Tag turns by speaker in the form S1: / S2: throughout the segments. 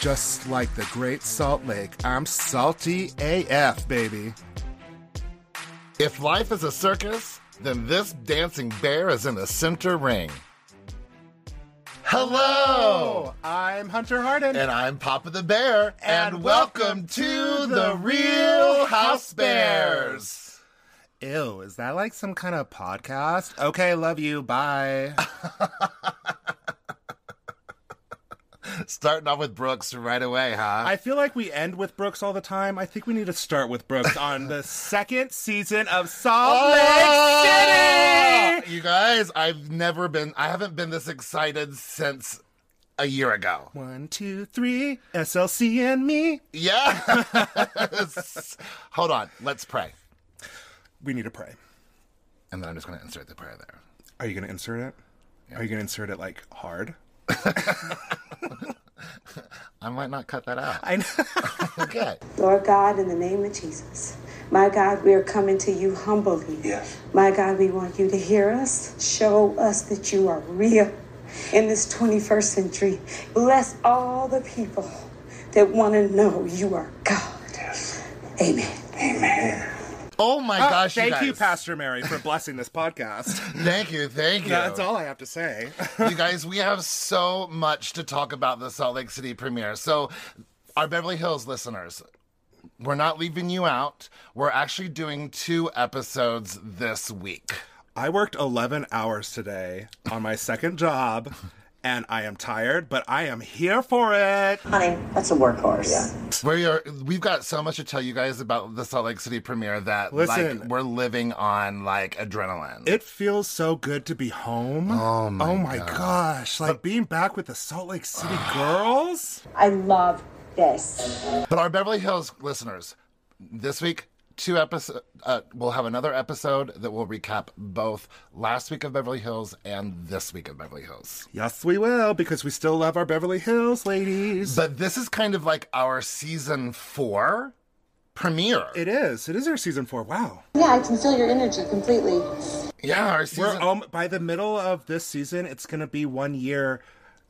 S1: Just like the Great Salt Lake, I'm salty AF, baby.
S2: If life is a circus, then this dancing bear is in the center ring. Hello!
S1: I'm Hunter Harden.
S2: And I'm Papa the Bear,
S1: And
S2: and welcome to the Real House Bears.
S1: Ew, is that like some kind of podcast? Okay, love you. Bye.
S2: Starting off with Brooks right away, huh?
S1: I feel like we end with Brooks all the time. I think we need to start with Brooks on the second season of Salt Lake City.
S2: Ah! You guys, I've never been, I haven't been this excited since a year ago.
S1: One, two, three, SLC and me.
S2: Yeah. Hold on, let's pray.
S1: We need to pray.
S2: And then I'm just going to insert the prayer there.
S1: Are you going to insert it? Are you going to insert it like hard?
S2: I might not cut that out.
S1: I know.
S2: Okay.
S3: Lord God, in the name of Jesus, my God, we are coming to you humbly.
S4: Yes.
S3: My God, we want you to hear us, show us that you are real in this 21st century. Bless all the people that want to know you are God.
S4: Yes.
S3: Amen.
S4: Amen.
S2: Oh my gosh,
S1: Thank you,
S2: guys.
S1: Pastor Mary, for blessing this podcast.
S2: Thank you, thank you.
S1: That's all I have to say.
S2: you guys, we have so much to talk about the Salt Lake City premiere. So, our Beverly Hills listeners, we're not leaving you out. We're actually doing two episodes this week.
S1: I worked 11 hours today on my second job, and I am tired, but I am here for it.
S5: Honey, that's a workhorse. Yeah.
S2: We are we've got so much to tell you guys about the Salt Lake City premiere that
S1: Listen.
S2: like we're living on like adrenaline.
S1: It feels so good to be home. Oh my, gosh. Like being back with the Salt Lake City girls.
S5: I love this.
S2: But our Beverly Hills listeners, this week, two episode, uh, we'll have another episode that will recap both last week of Beverly Hills and this week of Beverly Hills.
S1: Yes, we will, because we still love our Beverly Hills ladies.
S2: But this is kind of like our season four premiere.
S1: it is. It is our season four. Wow.
S6: Yeah, I can feel your energy completely.
S2: yeah, our
S1: We're
S2: season.
S1: um, by the middle of this season, it's going to be one year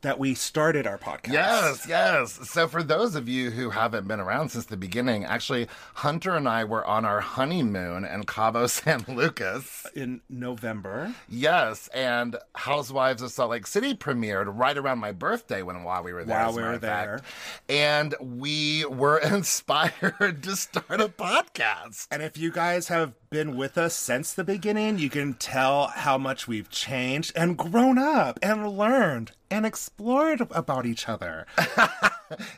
S1: that we started our podcast.
S2: Yes, yes. So, for those of you who haven't been around since the beginning, actually, Hunter and I were on our honeymoon in Cabo San Lucas.
S1: In November.
S2: Yes, and Housewives of Salt Lake City premiered right around my birthday when while we were there.
S1: While
S2: as a
S1: we
S2: matter
S1: were
S2: of fact. and we were inspired to start a podcast.
S1: And if you guys have been with us since the beginning, you can tell how much we've changed and grown up and learned and explored about each other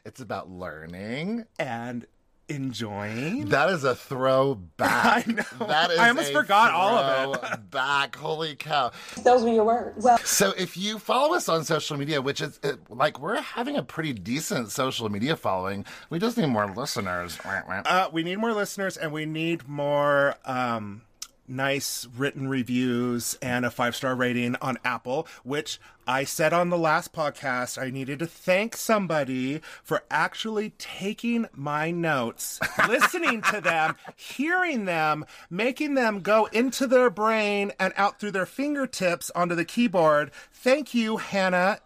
S2: It's about learning.
S1: and enjoying.
S2: That is a throwback.
S1: I know.
S2: That is
S1: I almost
S2: a
S1: forgot all of it.
S2: Back, holy cow!
S6: Those were your words. Well,
S2: So if you follow us on social media, which is it, like we're having a pretty decent social media following, we just need more listeners.
S1: Uh, we need more listeners and we need more um, nice written reviews and a five star rating on Apple, which I said on the last podcast. I needed to thank somebody for actually taking my notes, listening to them, hearing them, making them go into their brain and out through their fingertips onto the keyboard. Thank you, Hannah,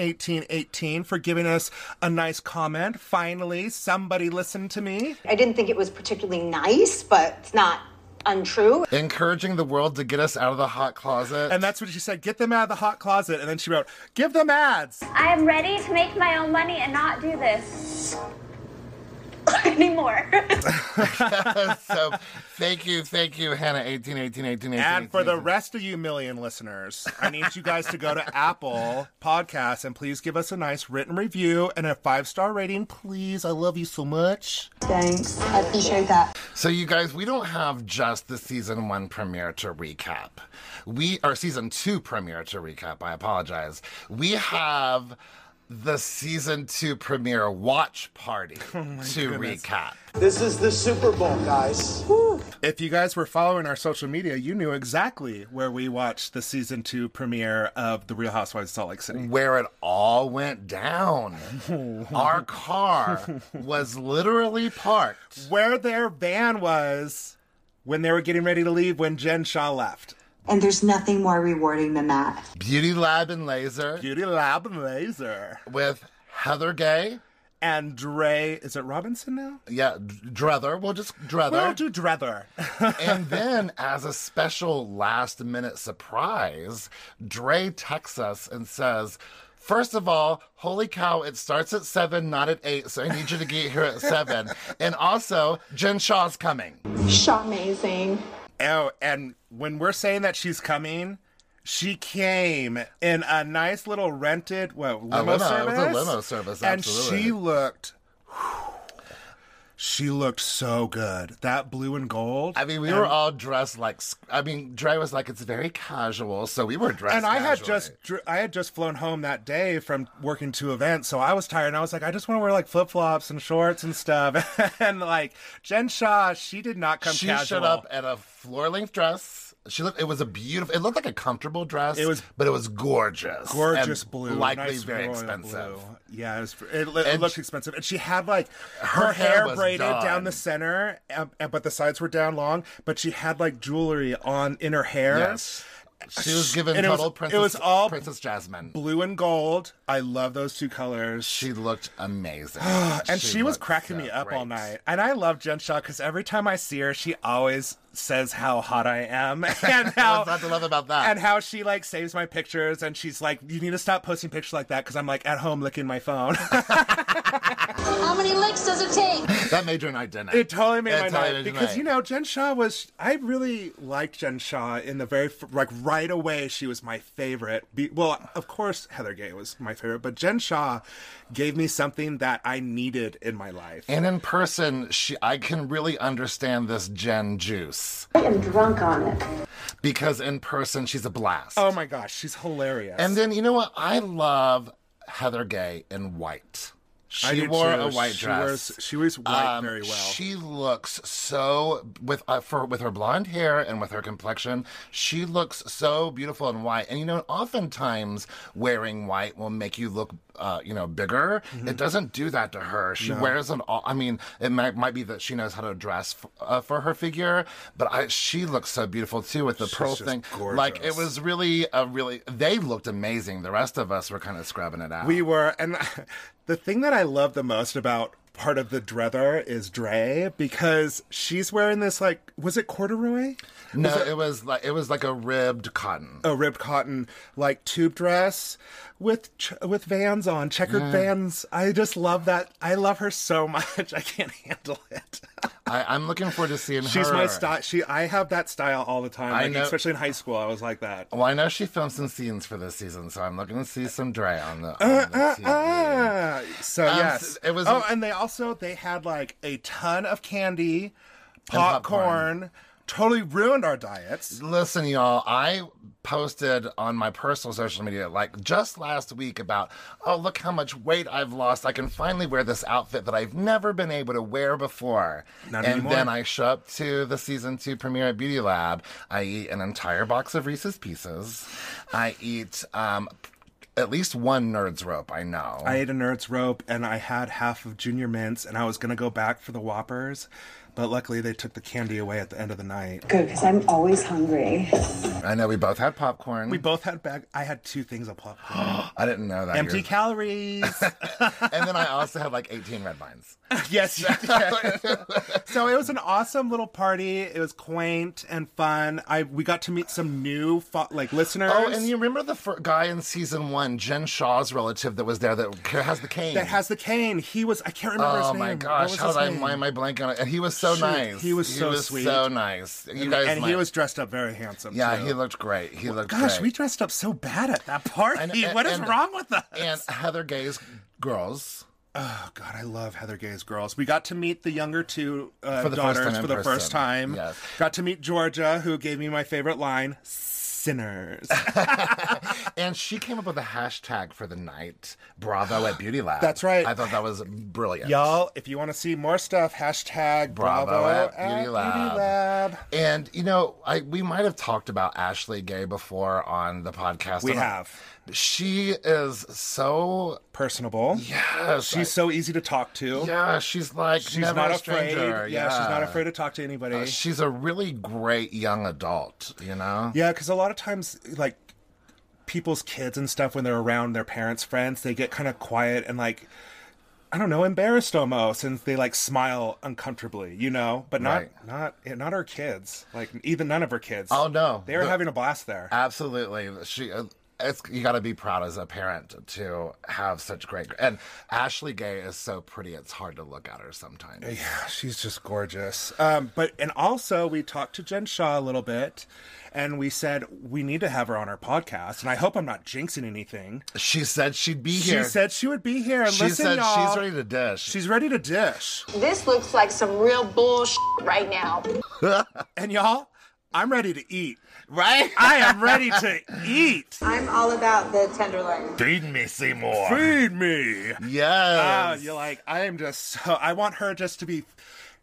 S1: 181818, for giving us a nice comment. Finally, somebody listened to me.
S7: I didn't think it was particularly nice, but it's not untrue.
S2: Encouraging the world to get us out of the hot closet.
S1: And that's what she said. Get them out of the hot closet. And then she wrote, give them ads.
S8: I am ready to make my own money and not do this anymore.
S2: so thank you, thank you, Hannah. 18, 18, 18, 18.
S1: And for the
S2: 18.
S1: rest of you million listeners, I need you guys to go to Apple Podcasts and please give us a nice written review and a five star rating, please. I love you so much.
S5: Thanks.
S6: I appreciate that.
S2: so you guys, we don't have just the season one premiere to recap. We or season two premiere to recap. I apologize. We have the season two premiere watch party
S1: Oh
S2: to recap.
S9: This is the Super Bowl, guys.
S1: If you guys were following our social media, you knew exactly where we watched the season two premiere of The Real Housewives of Salt Lake City.
S2: where it all went down. Our car was literally parked.
S1: Where their van was when they were getting ready to leave when Jen Shaw left.
S5: And there's nothing more rewarding than that.
S2: Beauty Lab and Laser
S1: Beauty Lab and Laser.
S2: with Heather Gay
S1: and Dre. Is it Robinson now?
S2: Yeah, Drether. We'll just Drether.
S1: We'll do Drether.
S2: and then, as a special last minute surprise, Dre texts us and says, First of all, holy cow, it starts at seven, not at eight, so I need you to get here at seven. And also, Jen Shaw's coming.
S4: Shaw amazing.
S1: Oh, and when we're saying that she's coming, she came in a nice little rented well limo,
S2: A limo, it was
S1: service.
S2: a limo service,
S1: and
S2: absolutely.
S1: she looked. She looked so good. That blue and gold.
S2: I mean, we were all dressed like, sc- I mean, Dre was like, it's very casual, so we were dressed
S1: and I had
S2: casually.
S1: just dr- I had just flown home that day from working two events, so I was tired. And I was like, I just want to wear like flip flops and shorts and stuff. and like Jen Shaw, she did not come
S2: she
S1: casual.
S2: showed up at a floor length dress. She looked. It was a beautiful. It looked like a comfortable dress.
S1: It was-
S2: but it was gorgeous,
S1: gorgeous
S2: and
S1: blue,
S2: likely
S1: nice
S2: very
S1: royal
S2: expensive.
S1: blue. Yeah, it, was, it, lo- it
S2: And
S1: looked
S2: she-
S1: expensive, and she had like her,
S2: Her
S1: hair,
S2: hair was
S1: braided down
S2: done.
S1: the center, um, and- but the sides were down long. But she had like jewelry on in her hair.
S2: Yes, she was given
S1: And it was-
S2: total
S1: it
S2: princess.
S1: was all
S2: Princess Jasmine.
S1: Blue and gold. I love those two colors.
S2: She looked amazing,
S1: and she, was
S2: looked
S1: cracking
S2: so
S1: me up all
S2: great.
S1: night. And I love Jen Shaw because every time I see her, she always says how hot I am and how
S2: What's not to love about that?
S1: and how she like saves my pictures. And she's like, "You need to stop posting pictures like that because I'm like at home licking my phone."
S4: How many licks does it take?
S2: that made your night, didn't it?
S1: It totally made
S2: That
S1: my
S2: totally
S1: night
S2: made your
S1: because
S2: night.
S1: you know Jen Shaw was. I really liked Jen Shaw in the very fir- like right away. She was my favorite. Be, well, of course Heather Gay was my favorite, but Jen Shaw gave me something that I needed in my life.
S2: And in person, she I can really understand this Jen juice
S6: I am drunk on it.
S2: because in person she's a blast.
S1: oh my gosh, she's hilarious.
S2: And then you know what? I love Heather Gay in white. She
S1: I do
S2: wore
S1: too.
S2: a white
S1: She
S2: dress.
S1: wears- she wears white
S2: Um,
S1: very well.
S2: She looks so with uh, for with her blonde hair and with her complexion. She looks so beautiful in white. And you know, oftentimes wearing white will make you look, uh, you know, bigger.
S1: Mm-hmm.
S2: It doesn't do that to her. She wears an all. I mean, it might might be that she knows how to dress f- uh, for her figure, but I, she looks so beautiful too with the pearl
S1: just
S2: thing. Like it
S1: gorgeous.
S2: was really a really. They looked amazing. The rest of us were kind of scrubbing it out.
S1: We were, and the thing that I love the most about part of the Drether is Dre because she's wearing this like was it corduroy?
S2: no, it, was like it was like a ribbed cotton.
S1: a ribbed cotton like tube dress with ch- with vans on checkered vans i just love that i love her so much i can't handle it
S2: I, I'm looking forward to seeing her.
S1: she's my style she i have that style all the time
S2: I
S1: like,
S2: know- Oh.
S1: especially in high school i was like that
S2: Well, I know she filmed some scenes for this season, so I'm looking to see some Dre on the, on
S1: Uh,
S2: the TV.
S1: Ah, so
S2: Um,
S1: yes
S2: s- it was-
S1: oh and they also they had like a ton of candy
S2: popcorn.
S1: popcorn totally ruined our diets
S2: Listen, y'all, I posted on my personal social media like just last week about, oh, look how much weight I've lost. I can finally wear this outfit that I've never been able to wear before.
S1: Not
S2: and
S1: anymore.
S2: then I show up to the season two premiere at Beauty Lab. I eat an entire box of Reese's Pieces. I eat um, at least one Nerds Rope, I know.
S1: I ate a nerd's rope and I had half of Junior Mints and I was gonna go back for the Whoppers, but luckily they took the candy away at the end of the night.
S5: Good, because I'm always hungry.
S2: I know we both had popcorn.
S1: We both had bag. I had two things of popcorn.
S2: I didn't know that.
S1: Empty
S2: Yours-
S1: calories.
S2: and then I also had like 18 red vines.
S1: yes. you did. so it was an awesome little party. It was quaint and fun. I we got to meet some new fo- like listeners.
S2: Oh, and you remember the fir- guy in season one, Jen Shaw's relative that was there that ca- has the cane?
S1: that has the cane. He was. I can't remember his
S2: Oh
S1: name.
S2: my
S1: What
S2: gosh!
S1: was
S2: How
S1: his
S2: did I
S1: name?
S2: mind my blank on it? And he was so
S1: Shoot,
S2: nice.
S1: he was so sweet.
S2: so nice. You guys,
S1: and he
S2: might-
S1: was dressed up very handsome.
S2: Yeah,
S1: too.
S2: he looked great. He looked
S1: Gosh, we
S2: great.
S1: dressed up so bad at that party.
S2: And- and-
S1: what is
S2: and-
S1: wrong with us?
S2: and Heather Gay's girls.
S1: Oh God, I love Heather Gay's girls. We got to meet the younger two uh,
S2: For the first
S1: daughters
S2: time in
S1: for the
S2: person.
S1: first time.
S2: Yes.
S1: Got to meet Georgia, who gave me my favorite line: "Sinners."
S2: And she came up with a hashtag for the night, Bravo at Beauty Lab.
S1: That's right.
S2: I thought that was brilliant.
S1: Y'all, if you want to see more stuff, hashtag Bravo,
S2: Bravo
S1: at,
S2: at Beauty Lab.
S1: Lab.
S2: And you know, I we might have talked about Ashley Gay before on the podcast.
S1: We
S2: I don't-
S1: have.
S2: She is so
S1: Personable.
S2: yes,
S1: She's so easy to talk to.
S2: I- yeah. She's like
S1: She's
S2: never
S1: not
S2: a
S1: afraid.
S2: stranger.
S1: yeah, she's not afraid to talk to anybody.
S2: Uh, She's a really great young adult. You know.
S1: Yeah, because a lot of times, like people's kids and stuff, when they're around their parents' friends, they get kind of quiet and like I don't know, embarrassed almost, and they like smile uncomfortably, you know. But not
S2: Right.
S1: not yeah, not our kids. Like even none of her kids.
S2: Oh, no.
S1: they were
S2: The-
S1: having a blast there.
S2: Absolutely. She. uh, It's, you got to be proud as a parent to have such great. And Ashley Gay is so pretty; it's hard to look at her sometimes.
S1: She's just gorgeous. Um, but and also we talked to Jen Shaw a little bit, and we said we need to have her on our podcast. And I hope I'm not jinxing anything.
S2: She said she'd be here.
S1: She said she would be here. And
S2: She
S1: listen,
S2: said
S1: y'all,
S2: she's ready to dish.
S1: She's ready to dish.
S4: This looks like some real bullshit right now.
S1: And y'all, I'm ready to eat.
S2: right?
S1: I am ready to eat.
S6: I'm all about the tenderloin.
S2: Feed me, Seymour.
S1: Feed me.
S2: Yes.
S1: Oh, you're like, I am just so. I want her just to be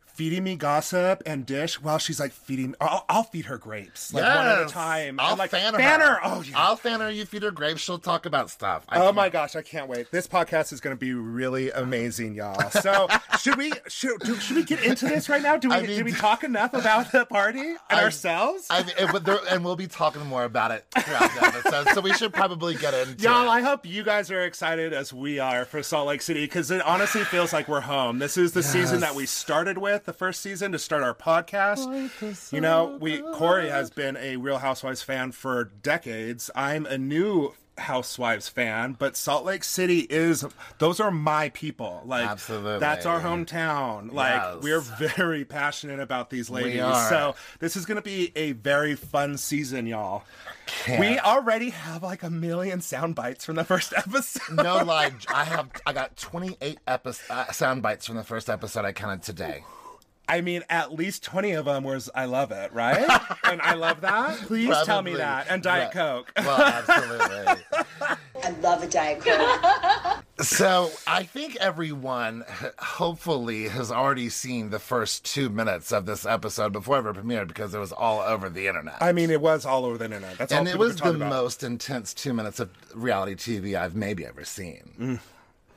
S1: feeding me gossip and dish while she's like feeding. I'll, I'll feed her grapes like one at a
S2: Yes.
S1: time.
S2: I'll
S1: I'm like,
S2: fan her.
S1: Oh yeah.
S2: I'll fan her. You feed her grapes. She'll talk about stuff. I
S1: Oh
S2: can't-
S1: my gosh, I can't wait. This podcast is going to be really amazing, y'all. So, should we should, do, should we get into this right now? Do we
S2: I mean-
S1: did we talk enough about the party and
S2: I-
S1: ourselves?
S2: I mean, and- but there, and we'll be talking more about it throughout the episode, so we should probably get into
S1: Y'all, I
S2: it.
S1: hope you guys are excited as we are for Salt Lake City because it honestly feels like we're home. This is the season that we started with, the first season to start our podcast. You know, we Corey has been a Real Housewives fan for decades. I'm a new Housewives fan, but Salt Lake City is those are my people. Like
S2: Absolutely.
S1: that's our hometown. Like
S2: Yes.
S1: we're very passionate about these ladies.
S2: are.
S1: So this is going to be a very fun season, y'all. We
S2: Can't.
S1: already have like a million sound bites from the first episode.
S2: no lie, I have I got 28 episodes, uh, sound bites from the first episode I counted today.
S1: I mean, at least 20 of them was I love it, right? and I love that. Please tell me
S2: Probably.
S1: that. And Diet
S2: Yeah.
S1: Coke.
S2: Well, absolutely.
S6: I love a Diet Coke.
S2: So I think everyone h- hopefully has already seen the first two minutes of this episode before it ever premiered because it was all over the internet.
S1: I mean, it was all over the internet. That's all
S2: and it
S1: people could
S2: was
S1: talk
S2: the
S1: about.
S2: most intense two minutes of reality TV I've maybe ever seen.
S1: Mm,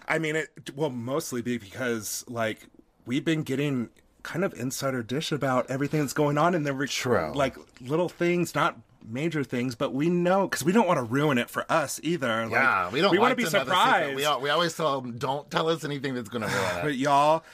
S1: I mean, it will mostly be because like we've been getting kind of insider dish about everything that's going on in the re-
S2: True.
S1: like little things, not major things, but we know because we don't want to ruin it for us either. Like,
S2: yeah, we don't.
S1: We
S2: want
S1: to be
S2: another secret.
S1: surprised.
S2: We, al- we always tell them, don't tell us anything that's going to ruin it.
S1: But y'all,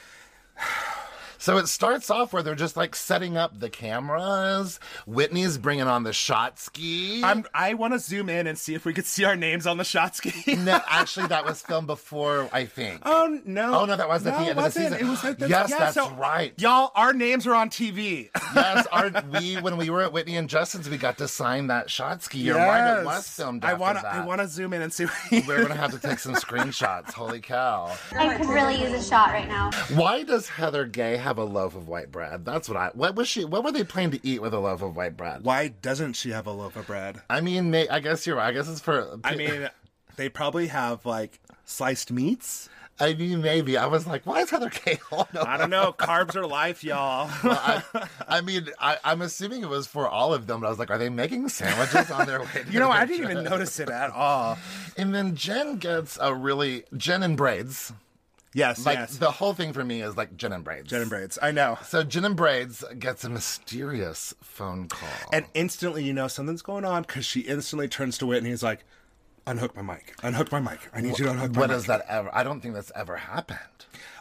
S2: So it starts off where they're just like setting up the cameras. Whitney's bringing on the shot ski.
S1: I'm, I want to zoom in and see if we could see our names on the shot ski.
S2: no, actually, that was filmed before, I think.
S1: Oh no!
S2: Oh, no, that was at the end of
S1: it
S2: the
S1: wasn't.
S2: season.
S1: It was like the,
S2: Yes,
S1: yeah,
S2: that's
S1: so-
S2: right.
S1: Y'all, our names are on TV.
S2: yes, our, we when we were at Whitney and Justin's, we got to sign that shot ski. You're right, it was filmed.
S1: I
S2: after
S1: want to.
S2: that.
S1: I want to zoom in and see. What
S2: We're gonna have to take some screenshots. Holy cow!
S8: I could really use a shot right now.
S2: Why does Heather Gay have a loaf of white bread? That's what I. What was she? What were they planning to eat with a loaf of white bread?
S1: Why doesn't she have a loaf of bread?
S2: I mean, may, I guess you're right. I guess it's for.
S1: I mean, they probably have like sliced meats.
S2: I mean, maybe. I was like, why is Heather Gay all over?
S1: I don't know. Carbs are life, y'all.
S2: I, I mean, I, I'm assuming it was for all of them, but I was like, are they making sandwiches on their way? to
S1: you know, I
S2: their
S1: didn't even
S2: trip?
S1: notice it at all.
S2: And then Jen gets a really Jen and braids.
S1: Yes,
S2: Like
S1: yes.
S2: the whole thing for me is like Jen and braids.
S1: Jen and braids. I know.
S2: So Jen and braids gets a mysterious phone call.
S1: And instantly, you know, something's going on because she instantly turns to Whitney and is like, unhook my mic. Unhook my mic. I need you to unhook my
S2: What
S1: mic.
S2: is that ever? I don't think that's ever happened.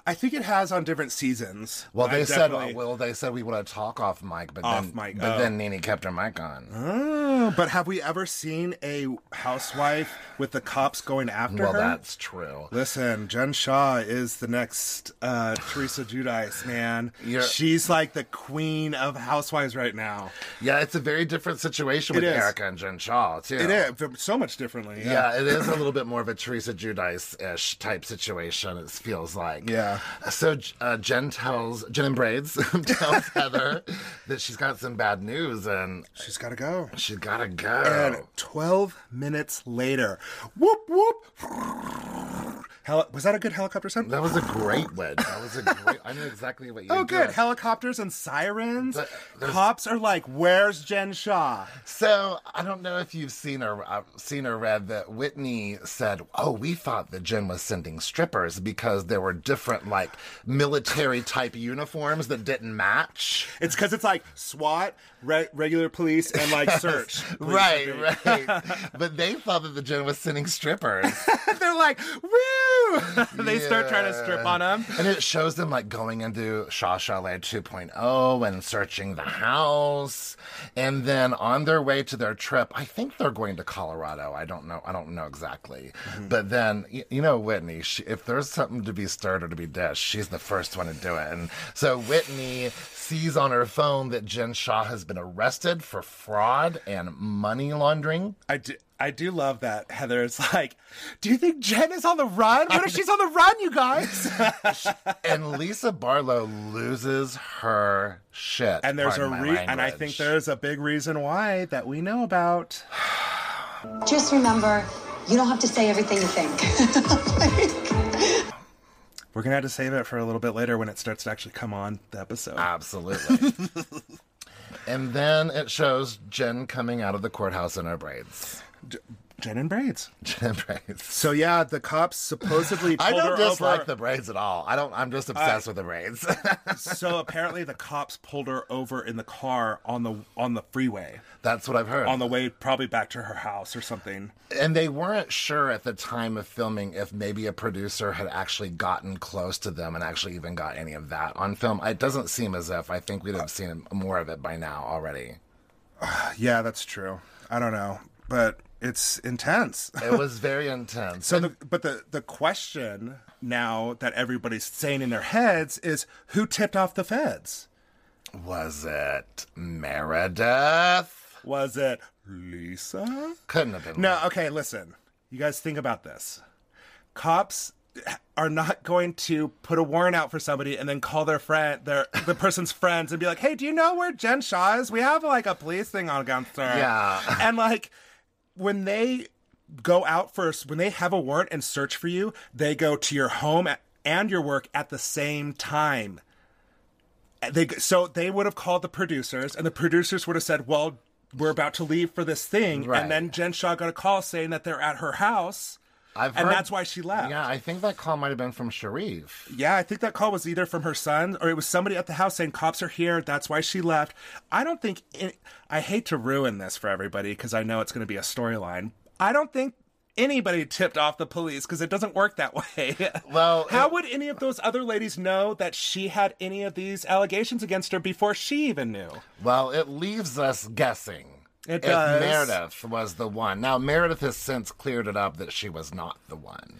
S1: I think it has on different seasons.
S2: Well,
S1: I
S2: they
S1: definitely-
S2: said, uh, well, they said we want to talk off mic, but
S1: Off
S2: then,
S1: mic,
S2: but
S1: oh.
S2: then Nene kept her mic on.
S1: Oh, but have we ever seen a housewife with the cops going after
S2: well,
S1: her?
S2: that's true.
S1: Listen, Jen Shaw is the next uh, Teresa Judice, man.
S2: You're-
S1: She's like the queen of housewives right now.
S2: Yeah, it's a very different situation
S1: It
S2: with
S1: is.
S2: Erica and Jen Shaw too.
S1: It is so much differently.
S2: Yeah, it is a little bit more of a Teresa Judice ish type situation, it feels like.
S1: Yeah.
S2: So uh, Jen tells, Jen and Braids tells Heather that she's got some bad news and
S1: she's got to go.
S2: she's got to go.
S1: And 12 minutes later, whoop, whoop. Heli- was that a good helicopter sound?
S2: that was a great one. That was a great, I knew exactly what you
S1: Oh, good.
S2: did.
S1: Helicopters and sirens.
S2: But there's-
S1: Cops are like, where's Jen Shaw?
S2: So I don't know if you've seen or uh, seen or read that Whitney said, "Oh, we thought that Jen was sending strippers because there were different like military type uniforms that didn't match."
S1: It's because it's like SWAT, re- regular police, and like search. Police
S2: right,
S1: are doing-
S2: right. but they thought that the Jen was sending strippers.
S1: They're like, woo! they start trying to strip on him.
S2: And it shows them like going into Shaw Chalet 2.0 and searching the house. And then on their way to their trip, I think they're going to Colorado. I don't know. I don't know exactly.
S1: Mm-hmm.
S2: But then, y- you know, Whitney, she, if there's something to be stirred or to be dished, she's the first one to do it. And so Whitney sees on her phone that Jen Shaw has been arrested for fraud and money laundering.
S1: I do, I do love that Heather's like, do you think Jen is on the run? What if she's on the run, you guys?
S2: and Lisa Barlow loses her shit.
S1: and there's a
S2: pardon my
S1: re- and I
S2: language.
S1: think there's a big reason why that we know about.
S6: Just remember, you don't have to say everything you think.
S1: We're gonna have to save it for a little bit later when it starts to actually come on the episode.
S2: Ah. absolutely. and then it shows Jen coming out of the courthouse in her braids.
S1: Jen and braids.
S2: Jen braids.
S1: So yeah, the cops supposedly
S2: I
S1: pulled
S2: don't
S1: her
S2: dislike
S1: over.
S2: the braids at all. I don't. I'm just obsessed with the braids.
S1: so apparently the cops pulled her over in the car on the on the freeway
S2: That's what I've heard.
S1: on the way probably back to her house or something.
S2: and they weren't sure at the time of filming if maybe a producer had actually gotten close to them and actually even got any of that on film. It doesn't seem as if. I think we'd have seen more of it by now already.
S1: Yeah, that's true. I don't know, but it's intense.
S2: It was very intense.
S1: So, the, but the the question now that everybody's saying in their heads is, who tipped off the feds?
S2: Was it Meredith?
S1: Was it Lisa?
S2: Couldn't have been.
S1: No, okay, listen. You guys think about this. Cops are not going to put a warrant out for somebody and then call their friend, their the person's friends, and be like, "Hey, do you know where Jen Shaw is? We have like a police thing on against her."
S2: Yeah.
S1: and like when they go out first, when they have a warrant and search for you, they go to your home a- and your work at the same time. Uh, They so they would have called the producers, and the producers would have said, "Well, we're about to leave for this thing,"
S2: Right.
S1: and then Jen Shaw got a call saying that they're at her house.
S2: I've
S1: and that's why she left.
S2: Yeah, I think that call might have been from Sharif.
S1: Yeah, I think that call was either from her son or it was somebody at the house saying cops are here. That's why she left. I don't think. It, I hate to ruin this for everybody because I know it's going to be a storyline. I don't think anybody tipped off the police because it doesn't work that way.
S2: Well,
S1: how
S2: it-
S1: would any of those other ladies know that she had any of these allegations against her before she even knew?
S2: Well, it leaves us guessing.
S1: It
S2: if
S1: does.
S2: Meredith was the one. Now Meredith has since cleared it up that she was not the one.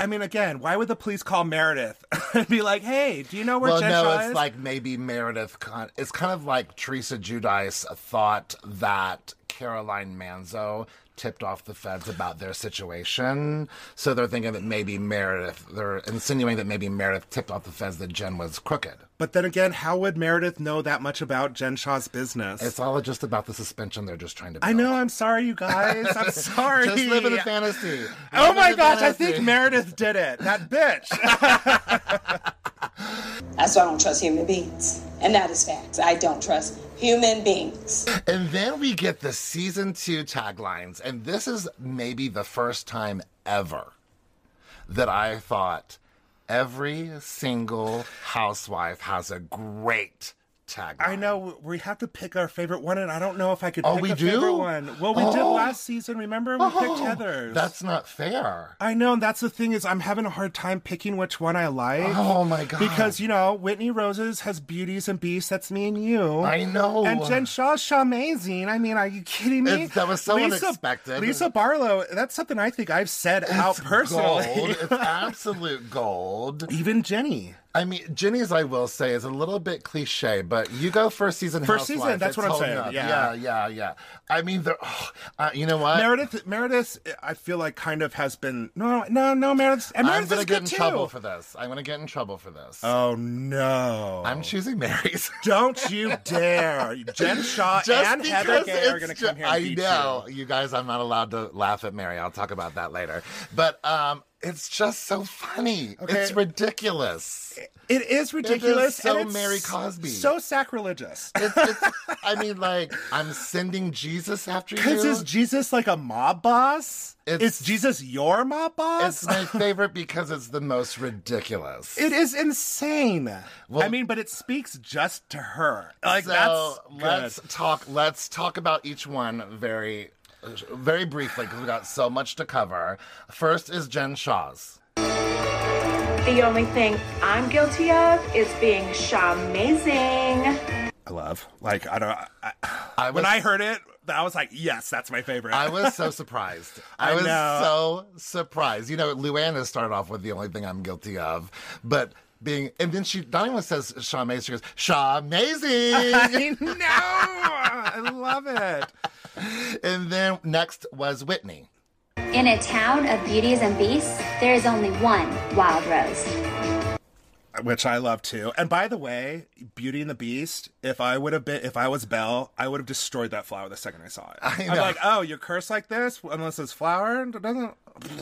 S1: I mean, again, why would the police call Meredith and be like, "Hey, do you know where
S2: well,
S1: Jen
S2: no,
S1: Shaw
S2: it's
S1: is?"
S2: like maybe Meredith. Con- it's kind of like Teresa Judice thought that Caroline Manzo tipped off the feds about their situation, so they're thinking that maybe Meredith. They're insinuating that maybe Meredith tipped off the feds that Jen was crooked.
S1: but then again, how would Meredith know that much about Jen Shaw's business?
S2: It's all just about the suspension. They're just trying to. Build.
S1: I know. I'm sorry, you guys. I'm sorry.
S2: Just live in a fantasy. Live
S1: Oh my
S2: in a
S1: gosh! I
S2: fantasy.
S1: think Meredith did it. That bitch.
S3: That's why I don't trust human beings. And that is facts. I don't trust human beings.
S2: And then we get the season two taglines, and this is maybe the first time ever that I thought every single housewife has a great tagline.
S1: I know we have to pick our favorite one, and I don't know if I could
S2: Oh,
S1: pick
S2: we
S1: a
S2: do?
S1: favorite one. Well, we did
S2: Oh.
S1: last season. Remember, we picked Heather's.
S2: That's not fair.
S1: I know, and that's the thing is I'm having a hard time picking which one I like.
S2: Oh my God.
S1: Because you know, Whitney Roses has Beauties and Beasts. That's me and you.
S2: I know.
S1: And Jen Shaw's Shamazing. I mean, are you kidding me?
S2: It's- that was so unexpected.
S1: Lisa Barlow. That's something I think I've said out
S2: Gold.
S1: personally.
S2: It's absolute gold.
S1: Even Jenny.
S2: I mean, Jenny's, I will say, is a little bit cliche, but you go first season.
S1: First
S2: Housewife,
S1: season, that's
S2: it's
S1: what I'm
S2: holding
S1: saying,
S2: up.
S1: yeah.
S2: yeah, yeah, yeah. I mean, they're, oh, uh, you know what?
S1: Meredith, Meredith, I feel like kind of has been no, no, no. Meredith, and
S2: I'm
S1: Meredith
S2: gonna
S1: is
S2: get
S1: good
S2: in
S1: too.
S2: trouble for this. I'm gonna get in trouble for this.
S1: oh no!
S2: I'm choosing Mary's.
S1: Don't you dare! Jen Shaw and Heather Gay are going to
S2: ju-
S1: come here. And
S2: I
S1: beat
S2: know
S1: you.
S2: you. guys. I'm not allowed to laugh at Mary. I'll talk about that later. But um, it's just so funny. It's ridiculous.
S1: It is ridiculous.
S2: so
S1: and it's
S2: Mary Cosby.
S1: So sacrilegious.
S2: It's, it's, I mean, like I'm sending Jesus after you.
S1: Because is Jesus like a mob boss? is
S2: It's-
S1: Jesus your mob boss?
S2: It's my favorite because it's the most ridiculous.
S1: It is insane.
S2: Well-
S1: I mean, but it speaks just to her. Like
S2: so
S1: that's good.
S2: let's talk. Let's talk about each one very, very briefly because we got so much to cover. First is Jen Shaw's.
S10: The only thing I'm guilty of is being shamazing.
S1: I love. Like I don't. I,
S2: I
S1: when
S2: was-
S1: I heard it, I was like, yes, that's my favorite.
S2: I was so surprised. I,
S1: I
S2: was
S1: know.
S2: so surprised. You know, Luana started off with the only thing I'm guilty of, but being, and then she not only says Shaw Amazing, she goes, Shaw Amazing.
S1: I know. I love it.
S2: and then next was Whitney.
S11: In a town of beauties and beasts, there is only one wild rose.
S1: Which I love too. And by the way, Beauty and the Beast. If I would have been, if I was Belle, I would have destroyed that flower the second I saw it.
S2: I
S1: am
S2: know.
S1: like, oh, you're cursed like this unless it's flower. It doesn't.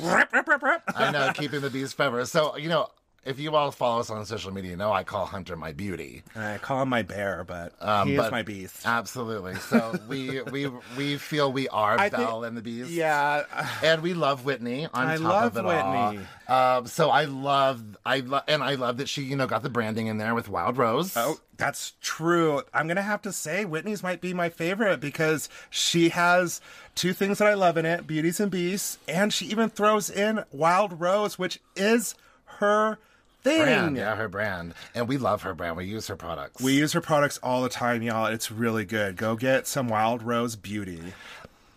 S1: Rip, rip, rip, rip.
S2: I know, keeping the bees forever. So, you know, if you all follow us on social media, you know I call Hunter my beauty.
S1: I call him my bear, but
S2: Um,
S1: he
S2: but-
S1: is my beast.
S2: Absolutely. So we we we feel we are
S1: I think-
S2: Belle and the Beast.
S1: yeah,
S2: and we love Whitney on
S1: I
S2: top
S1: love
S2: of it
S1: Whitney.
S2: all. Um, so I love, I love, and I love that she, you know, got the branding in there with Wild Rose.
S1: Oh, that's true. I'm gonna have to say Whitney's might be my favorite because she has two things that I love in it: Beauties and Beasts, and she even throws in Wild Rose, which is her thing.
S2: brand, yeah, her brand, and we love her brand. We use her products.
S1: We use her products all the time, y'all. It's really good. Go get some Wild Rose Beauty.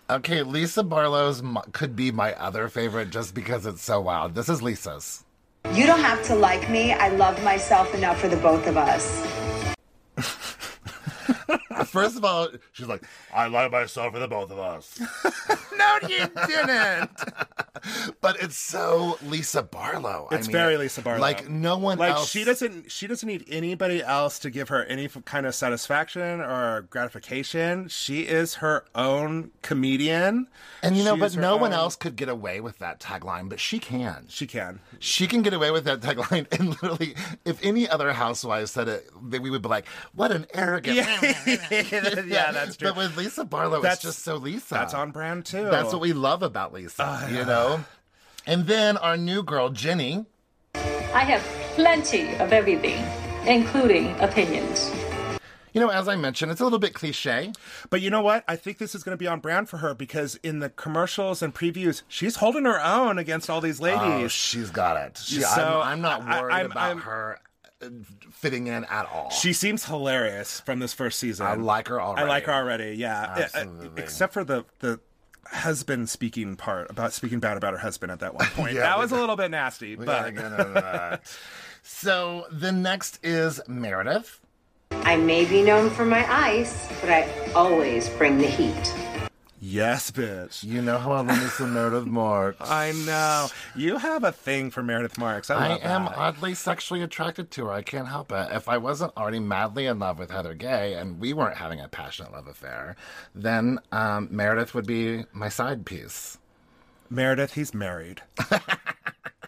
S2: okay. Lisa Barlow's m- could be my other favorite just because it's so wild. This is Lisa's.
S7: You don't have to like me. I love myself enough for the both of us.
S2: First of all, she's like, I love myself for the both of us,
S1: No, you didn't.
S2: but it's so Lisa Barlow. I
S1: It's
S2: mean,
S1: very Lisa Barlow.
S2: Like no one
S1: like
S2: else.
S1: she doesn't she doesn't need anybody else to give her any f- kind of satisfaction or gratification. She is her own comedian.
S2: And you know,
S1: She
S2: but
S1: is her
S2: no one
S1: own-
S2: else could get away with that tagline, but she can.
S1: She can.
S2: She can get away with that tagline, and literally, if any other housewife said it, then we would be like, "What an arrogant!"
S1: yeah, that's true.
S2: But with Lisa Barlow,
S1: That's-
S2: it's just so Lisa.
S1: That's on brand too.
S2: That's what we love about Lisa, you know. And then our new girl, Jenny.
S12: I have plenty of everything, including opinions.
S2: You know, as I mentioned, it's a little bit cliche.
S1: But you know what? I think this is going to be on brand for her because in the commercials and previews, she's holding her own against all these ladies.
S2: Oh, she's got it. She,
S1: So,
S2: I'm, I'm not
S1: I- I-
S2: worried
S1: I'm-
S2: about
S1: I'm-
S2: her uh, fitting in at all.
S1: she seems hilarious from this first season.
S2: I like her already.
S1: I like her already. Yeah, Uh, uh,
S2: Absolutely.
S1: except for the the husband speaking part about speaking bad about her husband at that one point.
S2: Yeah,
S1: that
S2: we
S1: was a
S2: got-
S1: little bit nasty,
S2: We
S1: but
S2: gotta get into that. so the next is Meredith.
S7: I may be known for my ice, but I always bring the heat.
S1: yes, bitch.
S2: You know how I love me some Meredith Marks.
S1: I know you have a thing for Meredith Marks. I,
S2: I
S1: love
S2: am
S1: that.
S2: oddly sexually attracted to her. I can't help it. If I wasn't already madly in love with Heather Gay and we weren't having a passionate love affair, then um, Meredith would be my side piece.
S1: Meredith. He's married.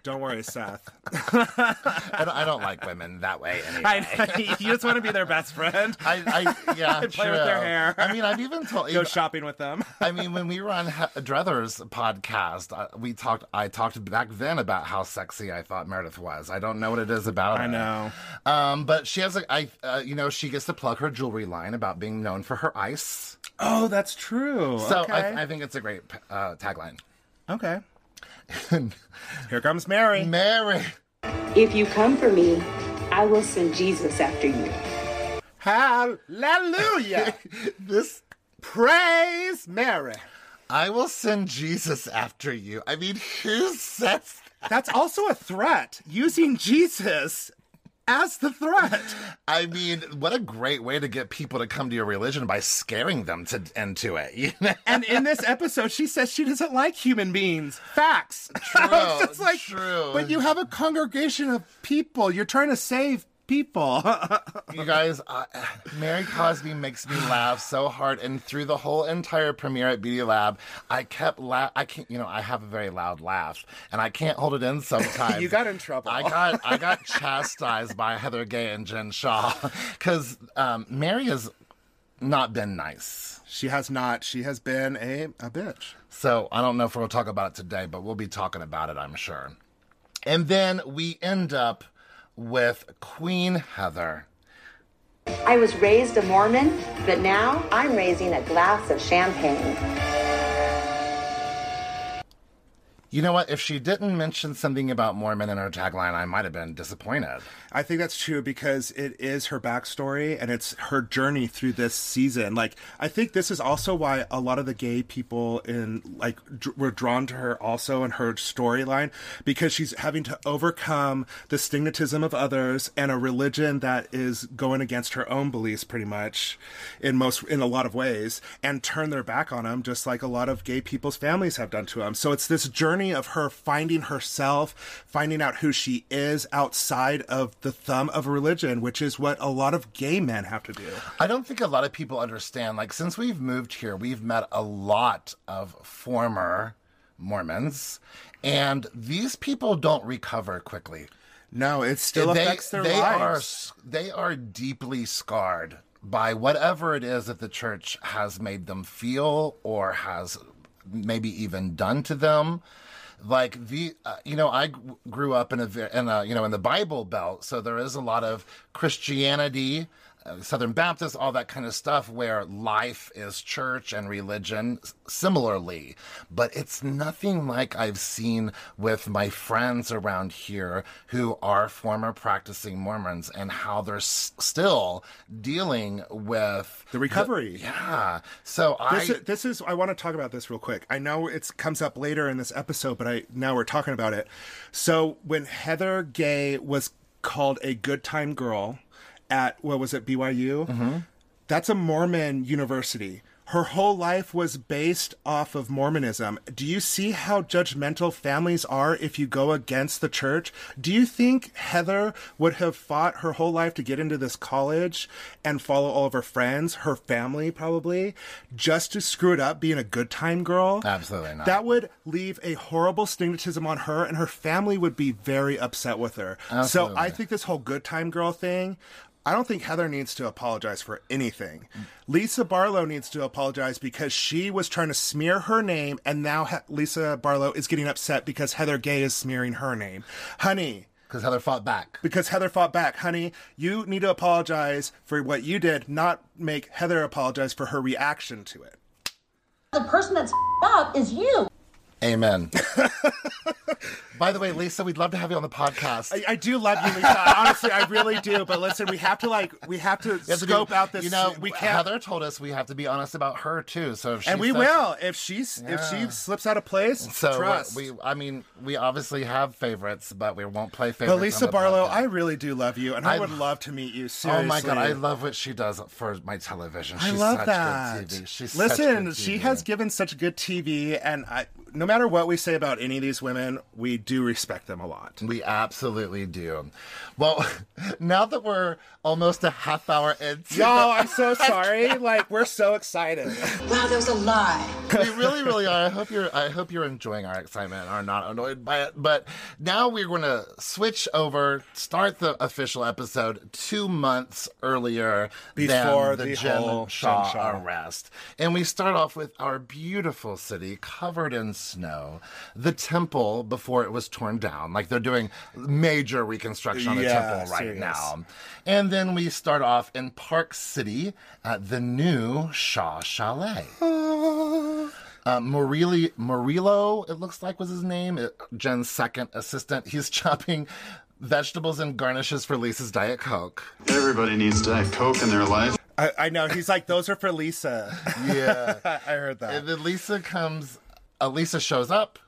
S1: Don't worry, Seth.
S2: I don't, I don't like women that way. Anyway.
S1: I, you just want to be their best friend.
S2: I, I yeah,
S1: play with their
S2: true.
S1: hair.
S2: I mean, I've even told
S1: Go shopping with them.
S2: I mean, when we were on he- Druthers podcast, uh, we talked. I talked back then about how sexy I thought Meredith was. I don't know what it is about.
S1: I
S2: her.
S1: know.
S2: um, but she has a. I, uh, you know, she gets to plug her jewelry line about being known for her ice.
S1: Oh, that's true.
S2: So
S1: okay.
S2: I, I think it's a great uh, tagline.
S1: okay. Here comes Mary.
S2: Mary,
S7: If you come for me, I will send Jesus after you.
S1: Hallelujah.
S2: this.
S1: Praise Mary.
S2: I will send Jesus after you. I mean, who says that?
S1: That's also a threat. Using Jesus as the threat.
S2: I mean, what a great way to get people to come to your religion by scaring them to into it. You know.
S1: And in this episode, she says she doesn't like human beings. Facts. True.
S2: true.
S1: But you have a congregation of people. You're trying to save people.
S2: You guys, uh, Mary Cosby makes me laugh so hard, and through the whole entire premiere at Beauty Lab, I kept laugh. I can't, you know, I have a very loud laugh, and I can't hold it in sometimes.
S1: You got in trouble.
S2: I got, I got chastised by Heather Gay and Jen Shaw because um, Mary has not been nice.
S1: she has not. She has been a, a bitch.
S2: So I don't know if we'll talk about it today, but we'll be talking about it, I'm sure. And then we end up with Queen Heather.
S7: I was raised a Mormon, but now I'm raising a glass of champagne.
S2: You know what? If she didn't mention something about Mormon in her tagline, I might have been disappointed.
S1: I think that's true because it is her backstory and it's her journey through this season. Like, I think this is also why a lot of the gay people in like dr- were drawn to her also in her storyline because she's having to overcome the stigmatism of others and a religion that is going against her own beliefs pretty much in most in a lot of ways and turn their back on them just like a lot of gay people's families have done to them. So it's this journey of her finding herself, finding out who she is outside of the thumb of religion, which is what a lot of gay men have to do.
S2: I don't think a lot of people understand. Like, since we've moved here, we've met a lot of former Mormons, and these people don't recover quickly.
S1: No, it still
S2: they,
S1: affects their
S2: they
S1: lives.
S2: Are, they are deeply scarred by whatever it is that the church has made them feel or has maybe even done to them like the uh, you know I g- grew up in a ve- in a you know in the Bible Belt, so there is a lot of Christianity, uh, Southern Baptist, all that kind of stuff where life is church and religion s- similarly, but it's nothing like I've seen with my friends around here who are former practicing Mormons and how they're s- still dealing with
S1: the recovery.
S2: yeah, so
S1: This,
S2: I
S1: is, this is I want to talk about this real quick. I know it comes up later in this episode, but I now we're talking about it. So when Heather Gay was called a good time girl at what was it BYU? That's a Mormon university. Her whole life was based off of Mormonism. Do you see how judgmental families are if you go against the church? Do you think Heather would have fought her whole life to get into this college and follow all of her friends, her family probably, just to screw it up being a good time girl?
S2: Absolutely not.
S1: That would leave a horrible stigmatism on her, and her family would be very upset with her. So I
S2: Absolutely.
S1: think this whole good time girl thing. I don't think Heather needs to apologize for anything. Lisa Barlow needs to apologize because she was trying to smear her name, and now he- Lisa Barlow is getting upset because Heather Gay is smearing her name. Honey,
S2: because Heather fought back.
S1: because Heather fought back. Honey, you need to apologize for what you did, not make Heather apologize for her reaction to it.
S13: The person that's up is you.
S2: Amen. By the way, Lisa, we'd love to have you on the podcast.
S1: I, I do love you, Lisa. Honestly, I really do. But listen, we have to like we have to
S2: have to be-
S1: scope out this.
S2: You know,
S1: we can't.
S2: Heather told us we have to be honest about her too. So if she
S1: and we
S2: said-
S1: will if she's if
S2: Yeah.
S1: she slips out of place.
S2: So
S1: trust.
S2: we, we- I mean, we obviously have favorites, but we won't play favorites.
S1: but
S2: on
S1: Lisa
S2: the
S1: Barlow,
S2: podcast.
S1: I really do love you, and I,
S2: I-
S1: would love to meet you. Seriously,
S2: Oh my god, I love what she does for my television.
S1: I
S2: She's
S1: love
S2: such
S1: that.
S2: Good TV. She's such
S1: Listen,
S2: good
S1: she
S2: TV.
S1: has given such good TV, and I, no matter what we say about any of these women, we do respect them a lot.
S2: We absolutely do. Well, now that we're almost a half hour into
S1: Y'all, I'm so sorry. like we're so excited.
S6: Wow, that was a lie.
S2: we really, really are. I hope you're. I hope you're enjoying our excitement and are not annoyed by it. But now we're going to switch over, start the official episode two months earlier
S1: Before
S2: than the,
S1: the
S2: Jim
S1: whole
S2: Shaw,
S1: Jim Shaw.
S2: arrest, and we start off with our beautiful city covered in snow, the temple before it was torn down. Like they're doing major reconstruction on the
S1: Yeah,
S2: temple right
S1: serious.
S2: now. And then we start off in Park City at the new Shaw Chalet. Uh, Morelli, Murillo, it looks like was his name, uh, Jen's second assistant. He's chopping vegetables and garnishes for Lisa's Diet Coke.
S14: Everybody needs Diet Coke in their life.
S1: I, I know. He's like, those are for Lisa.
S2: Yeah.
S1: I heard that.
S2: and then Lisa comes, uh, Lisa shows up.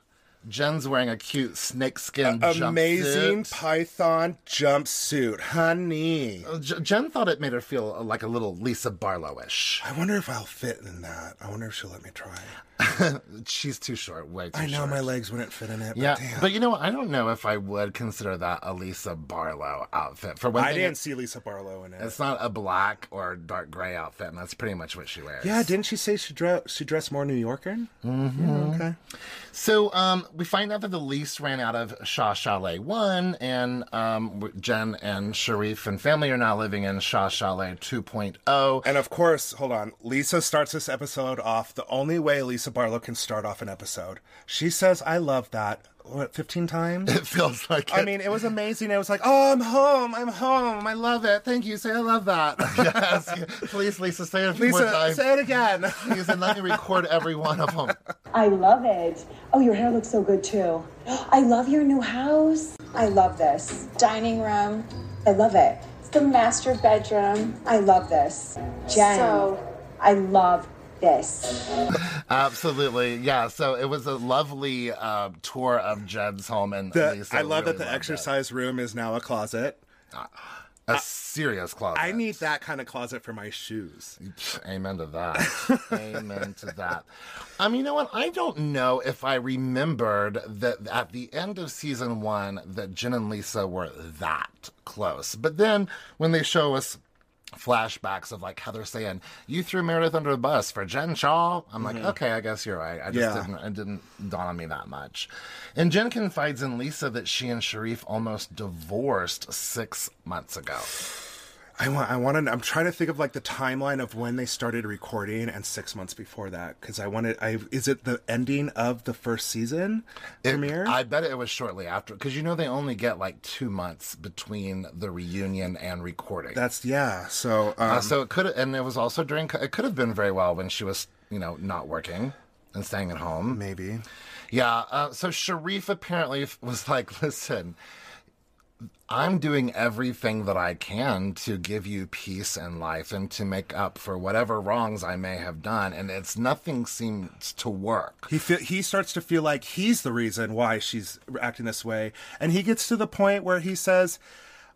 S2: Jen's wearing a cute snakeskin
S1: Amazing
S2: jumpsuit.
S1: python jumpsuit, honey.
S2: Uh, J- Jen thought it made her feel uh, like a little Lisa Barlowish.
S1: I wonder if I'll fit in that. I wonder if she'll let me try.
S2: She's too short, way too
S1: I know
S2: short.
S1: my legs wouldn't fit in it.
S2: Yeah,
S1: but damn.
S2: but you know what? I don't know if I would consider that a Lisa Barlow outfit. For one
S1: I
S2: thing,
S1: didn't see Lisa Barlow in it.
S2: it's not a black or dark gray outfit, and that's pretty much what she wears.
S1: yeah, didn't she say she dre- she dressed more New Yorker? Mm-hmm. okay.
S2: So um, we find out that the lease ran out of Shaw Chalet 1, and um, w- Jen and Sharif and family are now living in Shaw Chalet 2.0.
S1: And of course, hold on. Lisa starts this episode off the only way Lisa Barlow can start off an episode. She says, "I love that." what, 15 times?
S2: It feels like
S1: I
S2: it.
S1: mean, it was amazing. It was like, oh, I'm home. I'm home. I love it. Thank you. Say I love that.
S2: yes. Please, Lisa, say it a few more
S1: Lisa,
S2: times.
S1: say it again.
S2: Please, and let me record every one of them.
S5: I love it. Oh, your hair looks so good too. I love your new house. I love this. Dining room. I love it. It's the master bedroom. I love this. Jen,
S13: So-
S5: I love this.
S2: Absolutely. Yeah. So it was a lovely uh, tour of Jen's home. And
S1: The-
S2: Lisa
S1: I love that
S2: really
S1: the
S2: loved it.
S1: exercise room is now a closet.
S2: A serious closet.
S1: I need that kind of closet for my shoes.
S2: Amen to that. Amen to that. Um, you know what? I don't know if I remembered that at the end of season one that Jen and Lisa were that close. But then when they show us flashbacks of like Heather saying, "You threw Meredith under the bus for Jen Shaw," I'm like, okay, I guess you're right. I just
S1: Yeah.
S2: didn't. It didn't dawn on me that much. And Jen confides in Lisa that she and Sharif almost divorced six months ago.
S1: I want. I want to. I'm trying to think of like the timeline of when they started recording and six months before that because I wanted. I is it the ending of the first season
S2: It-
S1: premiere?
S2: I bet it was shortly after because you know they only get like two months between the reunion and recording.
S1: That's yeah. So um,
S2: Uh, so it could and it was also during it could have been very well when she was you know not working and staying at home.
S1: maybe.
S2: Yeah. Uh, so Sharif apparently f- was like, listen. I'm doing everything that I can to give you peace in life and to make up for whatever wrongs I may have done, and it's nothing seems to work.
S1: He feel, he starts to feel like he's the reason why she's acting this way, and he gets to the point where he says,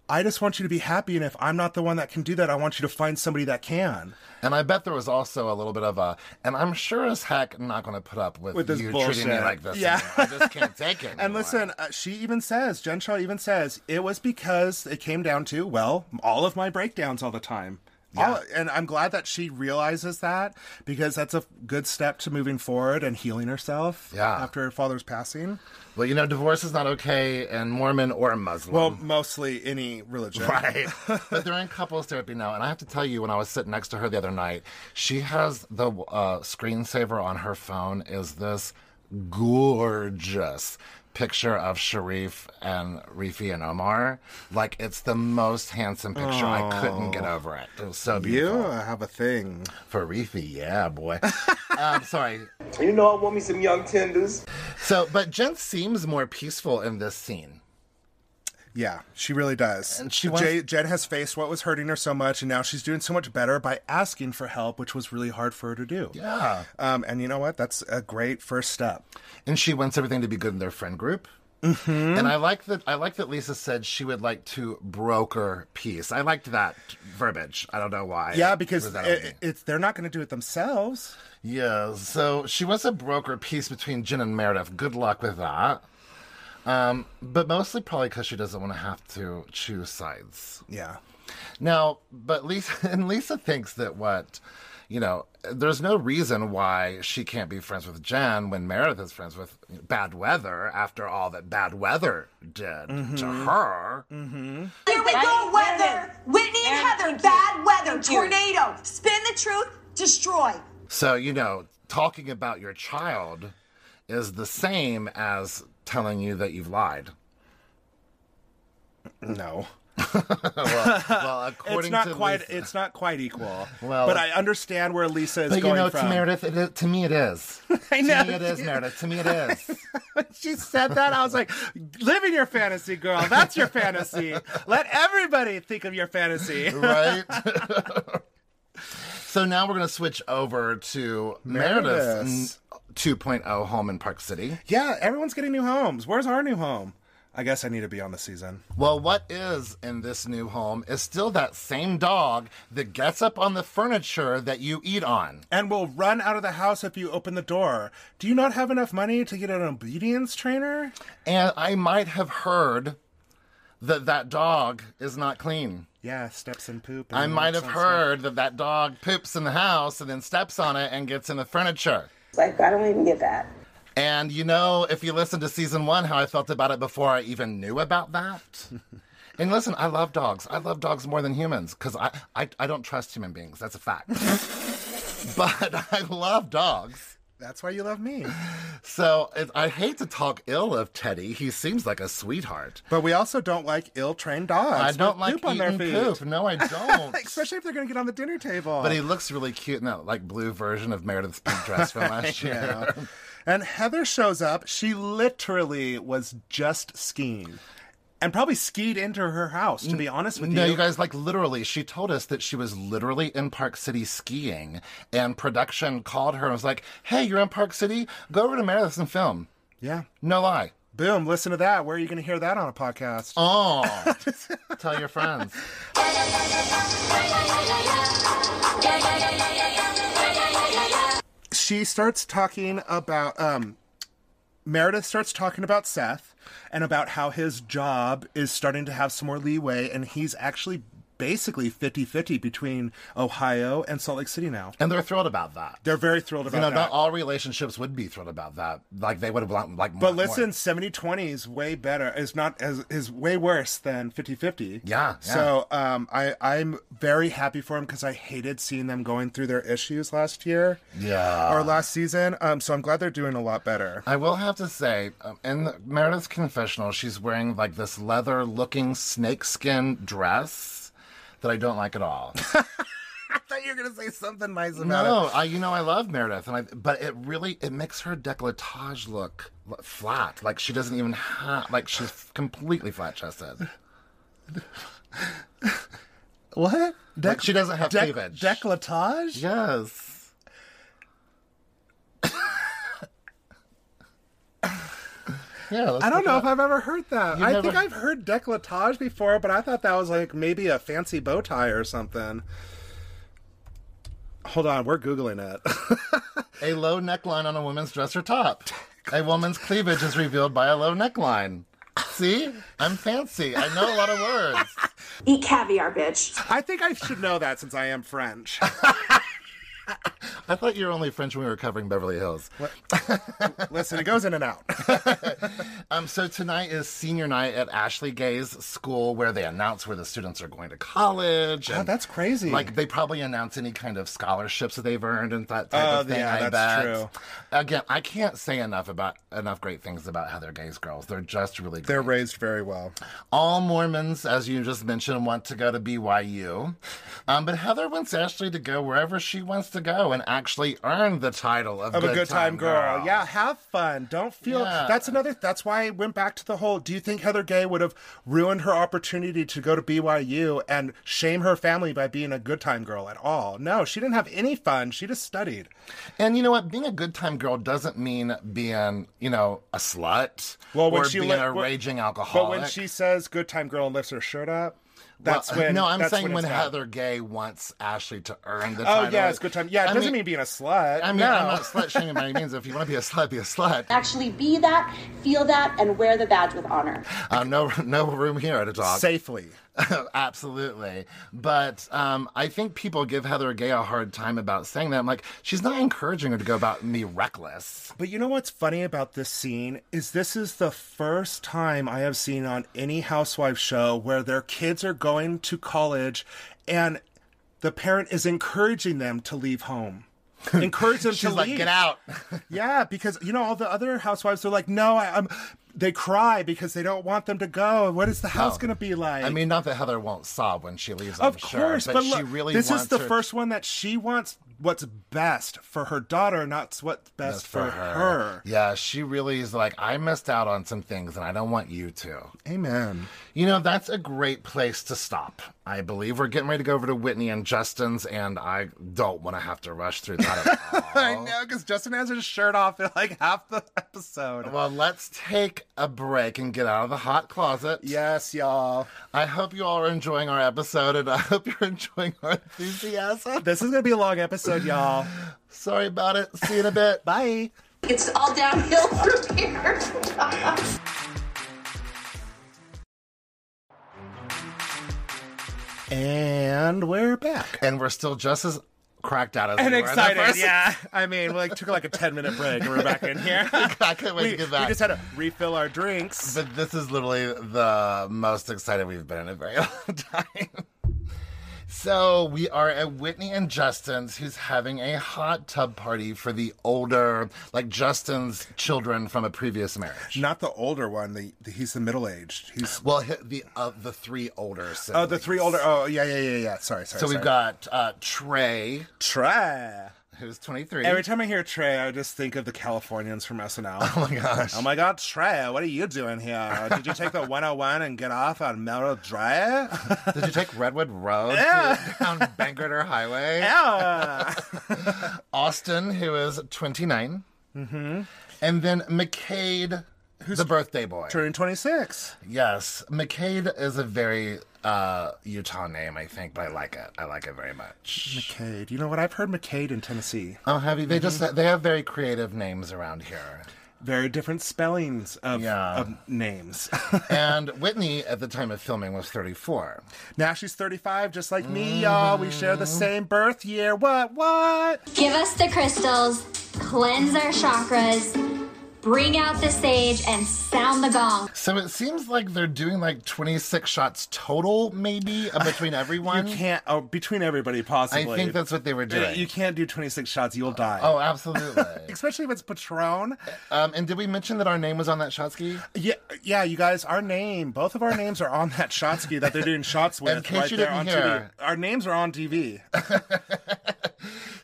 S1: "I just want you to be happy, and if I'm not the one that can do that, I want you to find somebody that can."
S2: And I bet there was also a little bit of a, and I'm sure as heck not going to put up with,
S1: With this
S2: you
S1: bullshit.
S2: treating me like this.
S1: Yeah.
S2: anymore. I just can't take it.
S1: And
S2: anymore.
S1: listen, uh, she even says, Jen Shaw even says, it was because it came down to, well, all of my breakdowns all the time. All, and I'm glad that she realizes that because that's a good step to moving forward and healing herself
S2: Yeah.
S1: after her father's passing.
S2: well, you know, divorce is not okay in Mormon or Muslim.
S1: Well, mostly any religion.
S2: Right. but they're in couples therapy now. And I have to tell you, when I was sitting next to her the other night, she has the uh, screensaver on her phone is this gorgeous picture of Sharif and Rifi and Omar. Like, it's the most handsome picture. I couldn't get over it. It was so beautiful.
S1: You have a thing.
S2: For Reefy, yeah, boy. um, sorry.
S9: You know I want me some young tenders.
S2: So, but Jen seems more peaceful in this scene.
S1: Yeah, she really does.
S2: And she
S1: Jay-
S2: wants-
S1: Jen has faced what was hurting her so much, and now she's doing so much better by asking for help, which was really hard for her to do.
S2: Yeah.
S1: Um, and you know what? That's a great first step.
S2: And she wants everything to be good in their friend group. Mm-hmm. And I like that. I like that Lisa said she would like to broker peace. I liked that verbiage. I don't know why.
S1: Yeah, because it,
S2: Was that
S1: it- it's they're not going to do it themselves.
S2: Yeah, so she wants to broker peace between Jen and Meredith. Good luck with that. Um, but mostly probably because she doesn't want to have to choose sides.
S1: Yeah,
S2: Now, but Lisa and Lisa thinks that what you know, there's no reason why she can't be friends with Jen when Meredith is friends with Bad Weather after all that Bad Weather did to
S1: Mm-hmm.
S2: her.
S4: Here we go, weather. Whitney and Heather, bad weather, tornado. Spin the truth, destroy.
S2: So, you know, talking about your child is the same as telling you that you've lied.
S1: no,
S2: well, well, according
S1: it's not
S2: to
S1: quite.
S2: Lisa-
S1: It's not quite equal.
S2: Well-
S1: but I understand where Lisa is
S2: but you
S1: going
S2: know, to
S1: from.
S2: Meredith, it is, to me it is.
S1: I
S2: To
S1: know.
S2: me it is, Meredith. To me it is.
S1: When she said that, I was like, "Living your fantasy, girl. That's your fantasy. Let everybody think of your fantasy."
S2: right? so now we're going to switch over to Meredith's
S1: Meredith's.
S2: n- 2.0 home in Park City.
S1: yeah, everyone's getting new homes. Where's our new home? I guess I need to be on the season.
S2: Well, what is in this new home is still that same dog that gets up on the furniture that you eat on.
S1: And will run out of the house if you open the door. Do you not have enough money to get an obedience trainer?
S2: And I might have heard that that dog is not clean.
S1: Yeah, steps and poop. and
S2: I might
S1: all
S2: have
S1: that stuff.
S2: heard that that dog poops in the house and then steps on it and gets in the furniture.
S3: Like, I don't even get that.
S2: And you know, if you listen to season one, how I felt about it before I even knew about that. and listen, I love dogs. I love dogs more than humans because I, I, I don't trust human beings. That's a fact. but I love dogs.
S1: That's why you love me.
S2: So it, I hate to talk ill of Teddy. He seems like a sweetheart.
S1: But we also don't like ill-trained dogs.
S2: I don't
S1: with
S2: like
S1: poop on their
S2: eating
S1: feet.
S2: poop. No, I don't.
S1: Especially if they're going to get on the dinner table.
S2: But he looks really cute in that like blue version of Meredith's pink dress from last
S1: I
S2: year.
S1: know. and Heather shows up. She literally was just skiing. And probably skied into her house, to be honest with
S2: No, you guys, like literally, she told us that she was literally in Park City skiing, and production called her and was like, "Hey, you're in Park City. Go over to Meredith's and film."
S1: Yeah,
S2: no lie.
S1: Boom! Listen to that. Where are you going to hear that on a podcast?
S2: Oh, tell your friends.
S1: she starts talking about um Meredith starts talking about Seth and about how his job is starting to have some more leeway and he's actually basically 50-50 between Ohio and Salt Lake City now.
S2: And they're thrilled about that.
S1: They're very thrilled about
S2: you know,
S1: that.
S2: not all relationships would be thrilled about that. Like they would have liked, like.
S1: but
S2: more-
S1: listen, 70-20 is way better. Is not as is way worse than 50-50.
S2: Yeah, yeah.
S1: So um, I I'm very happy for him because I hated seeing them going through their issues last year
S2: yeah.
S1: or last season. Um, so I'm glad they're doing a lot better.
S2: I will have to say, um, in the, Meredith's confessional, she's wearing like this leather-looking snakeskin dress that I don't like at all.
S1: I thought you were gonna say something nice about
S2: no,
S1: it.
S2: I you know I love Meredith, and I but it really it makes her décolletage look l- flat. Like she doesn't even have like she's completely flat-chested.
S1: What?
S2: Like, she doesn't have
S1: dec-
S2: cleavage.
S1: Decolletage?
S2: Yes. yeah. let's
S1: I don't
S2: look it
S1: know
S2: up.
S1: if I've ever heard that.
S2: You
S1: I
S2: never-
S1: think I've heard decolletage before, but I thought that was like maybe a fancy bow tie or something. Hold on, we're googling it.
S2: A low neckline on a woman's dress or top. A woman's cleavage is revealed by a low neckline. See? I'm fancy. I know a lot of words.
S10: Eat caviar, bitch.
S1: I think I should know that since I am French.
S2: I thought you were only French when we were covering Beverly Hills.
S1: Listen, it goes in and out.
S2: Um, so tonight is senior night at Ashley Gay's school where they announce where the students are going to college.
S1: God,
S2: and,
S1: that's crazy.
S2: Like they probably announce any kind of scholarships that they've earned and that type
S1: Oh,
S2: of thing.
S1: yeah,
S2: I
S1: that's
S2: bet.
S1: true.
S2: Again, I can't say enough about enough great things about Heather Gay's girls. They're just really good.
S1: They're raised very well.
S2: All Mormons, as you just mentioned, want to go to BYU. Um, but Heather wants Ashley to go wherever she wants to go and actually earn the title of,
S1: Of a good time, girl. Yeah, have fun. Don't feel
S2: Yeah.
S1: that's another that's why I went back to the whole do you think Heather Gay would have ruined her opportunity to go to BYU and shame her family by being a good time girl at all? No, she didn't have any fun. She just studied.
S2: And you know what? Being a good time girl doesn't mean being, you know, a slut
S1: Well, when
S2: or
S1: she
S2: being
S1: li-
S2: a
S1: when-
S2: raging
S1: But
S2: alcoholic.
S1: when she says good time girl and lifts her shirt up,
S2: Well,
S1: that's when
S2: no, I'm
S1: that's
S2: saying
S1: when,
S2: when,
S1: it's bad.
S2: Heather Gay wants Ashley to earn the
S1: Oh
S2: title.
S1: yeah, it's good time. Yeah, it
S2: I
S1: doesn't mean,
S2: mean-
S1: being a slut.
S2: I mean,
S1: no.
S2: I'm not slut shaming by any means. If you want to be a slut, be a slut.
S13: Actually, be that, feel that, and wear the badge with honor.
S2: Um, no, no room here to talk.
S1: safely.
S2: Absolutely. But um, I think people give Heather Gay a hard time about saying that. I'm like, she's not encouraging her to go about me reckless.
S1: But you know what's funny about this scene is this is the first time I have seen on any housewife show where their kids are going to college and the parent is encouraging them to leave home. Encourage them to
S2: She's like,
S1: leave.
S2: get out.
S1: Yeah, because you know all the other housewives are like, no, I, I'm. They cry because they don't want them to go. What is the house going to be like?
S2: Oh. I mean, not that Heather won't sob when she leaves,
S1: Of
S2: I'm
S1: course,
S2: sure,
S1: but,
S2: but, she
S1: look,
S2: really
S1: this
S2: wants
S1: is the
S2: her-
S1: first one that she wants what's best for her daughter, not what's best for, her.
S2: Yeah, she really is like, I missed out on some things and I don't want you to.
S1: Amen.
S2: You know, that's a great place to stop. I believe we're getting ready to go over to Whitney and Justin's, and I don't want to have to rush through that at all.
S1: I know because Justin has his shirt off in like half the episode.
S2: Well, let's take a break and get out of the hot closet.
S1: Yes, y'all.
S2: I hope you all are enjoying our episode, and I hope you're enjoying our enthusiasm.
S1: This is gonna be a long episode, y'all.
S2: Sorry about it. See you in a bit.
S1: Bye.
S6: It's all downhill from here.
S1: And we're back.
S2: And we're still just as cracked out as
S1: And
S2: we were in the
S1: excited,
S2: first-
S1: yeah. I mean, we like took like a ten minute break, and we're back in here.
S2: I can't wait
S1: we,
S2: to get back.
S1: we just had to refill our drinks.
S2: But this is literally the most excited we've been in a very long time. So we are at Whitney and Justin's, who's having a hot tub party for the older, like Justin's children from a previous marriage.
S1: Not the older one. The, the- he's the middle aged. He's
S2: well, hi- the uh, the three older.
S1: Oh, the three older. Oh, yeah, yeah, yeah, yeah. Sorry, sorry.
S2: so we've
S1: sorry.
S2: got uh, Trey.
S1: Trey.
S2: Who's 23.
S1: Every time I hear Trey, I just think of the Californians from SNL.
S2: Oh my gosh.
S1: Oh my god, Trey, what are you doing here? Did you take the 101 and get off on Melrose Drive?
S2: Did you take Redwood Road
S1: Yeah.
S2: to, down Bangor Highway?
S1: Yeah.
S2: Austin, who is 29. Mm-hmm. And then McCade, who's the birthday boy.
S1: Turning 26.
S2: Yes. McCade is a very uh, Utah name, I think, but I like it. I like it very much.
S1: McCade. You know what? I've heard McCade in Tennessee.
S2: Oh, have you? They
S1: Mm-hmm.
S2: just they have very creative names around here.
S1: Very different spellings of,
S2: Yeah.
S1: of names.
S2: and Whitney, at the time of filming, was 34.
S1: now she's 35, just like me, y'all.
S2: Mm-hmm.
S1: We share the same birth year. What? What?
S11: Give us the crystals, cleanse our chakras, bring out the sage, and sound the gong.
S2: So it seems like they're doing like 26 shots total, maybe, uh, between everyone.
S1: You can't, oh, between everybody,
S2: I
S1: possibly.
S2: think that's what they were doing.
S1: You can't do 26 shots, you'll die.
S2: Oh, absolutely.
S1: Especially if it's Patron.
S2: um, and did we mention that our name was on that shot ski?
S1: Yeah, yeah, you guys, our name, both of our names are on that shot ski that they're doing shots with
S2: In case
S1: right
S2: you
S1: there
S2: didn't
S1: on
S2: hear.
S1: TV. Our names are on TV.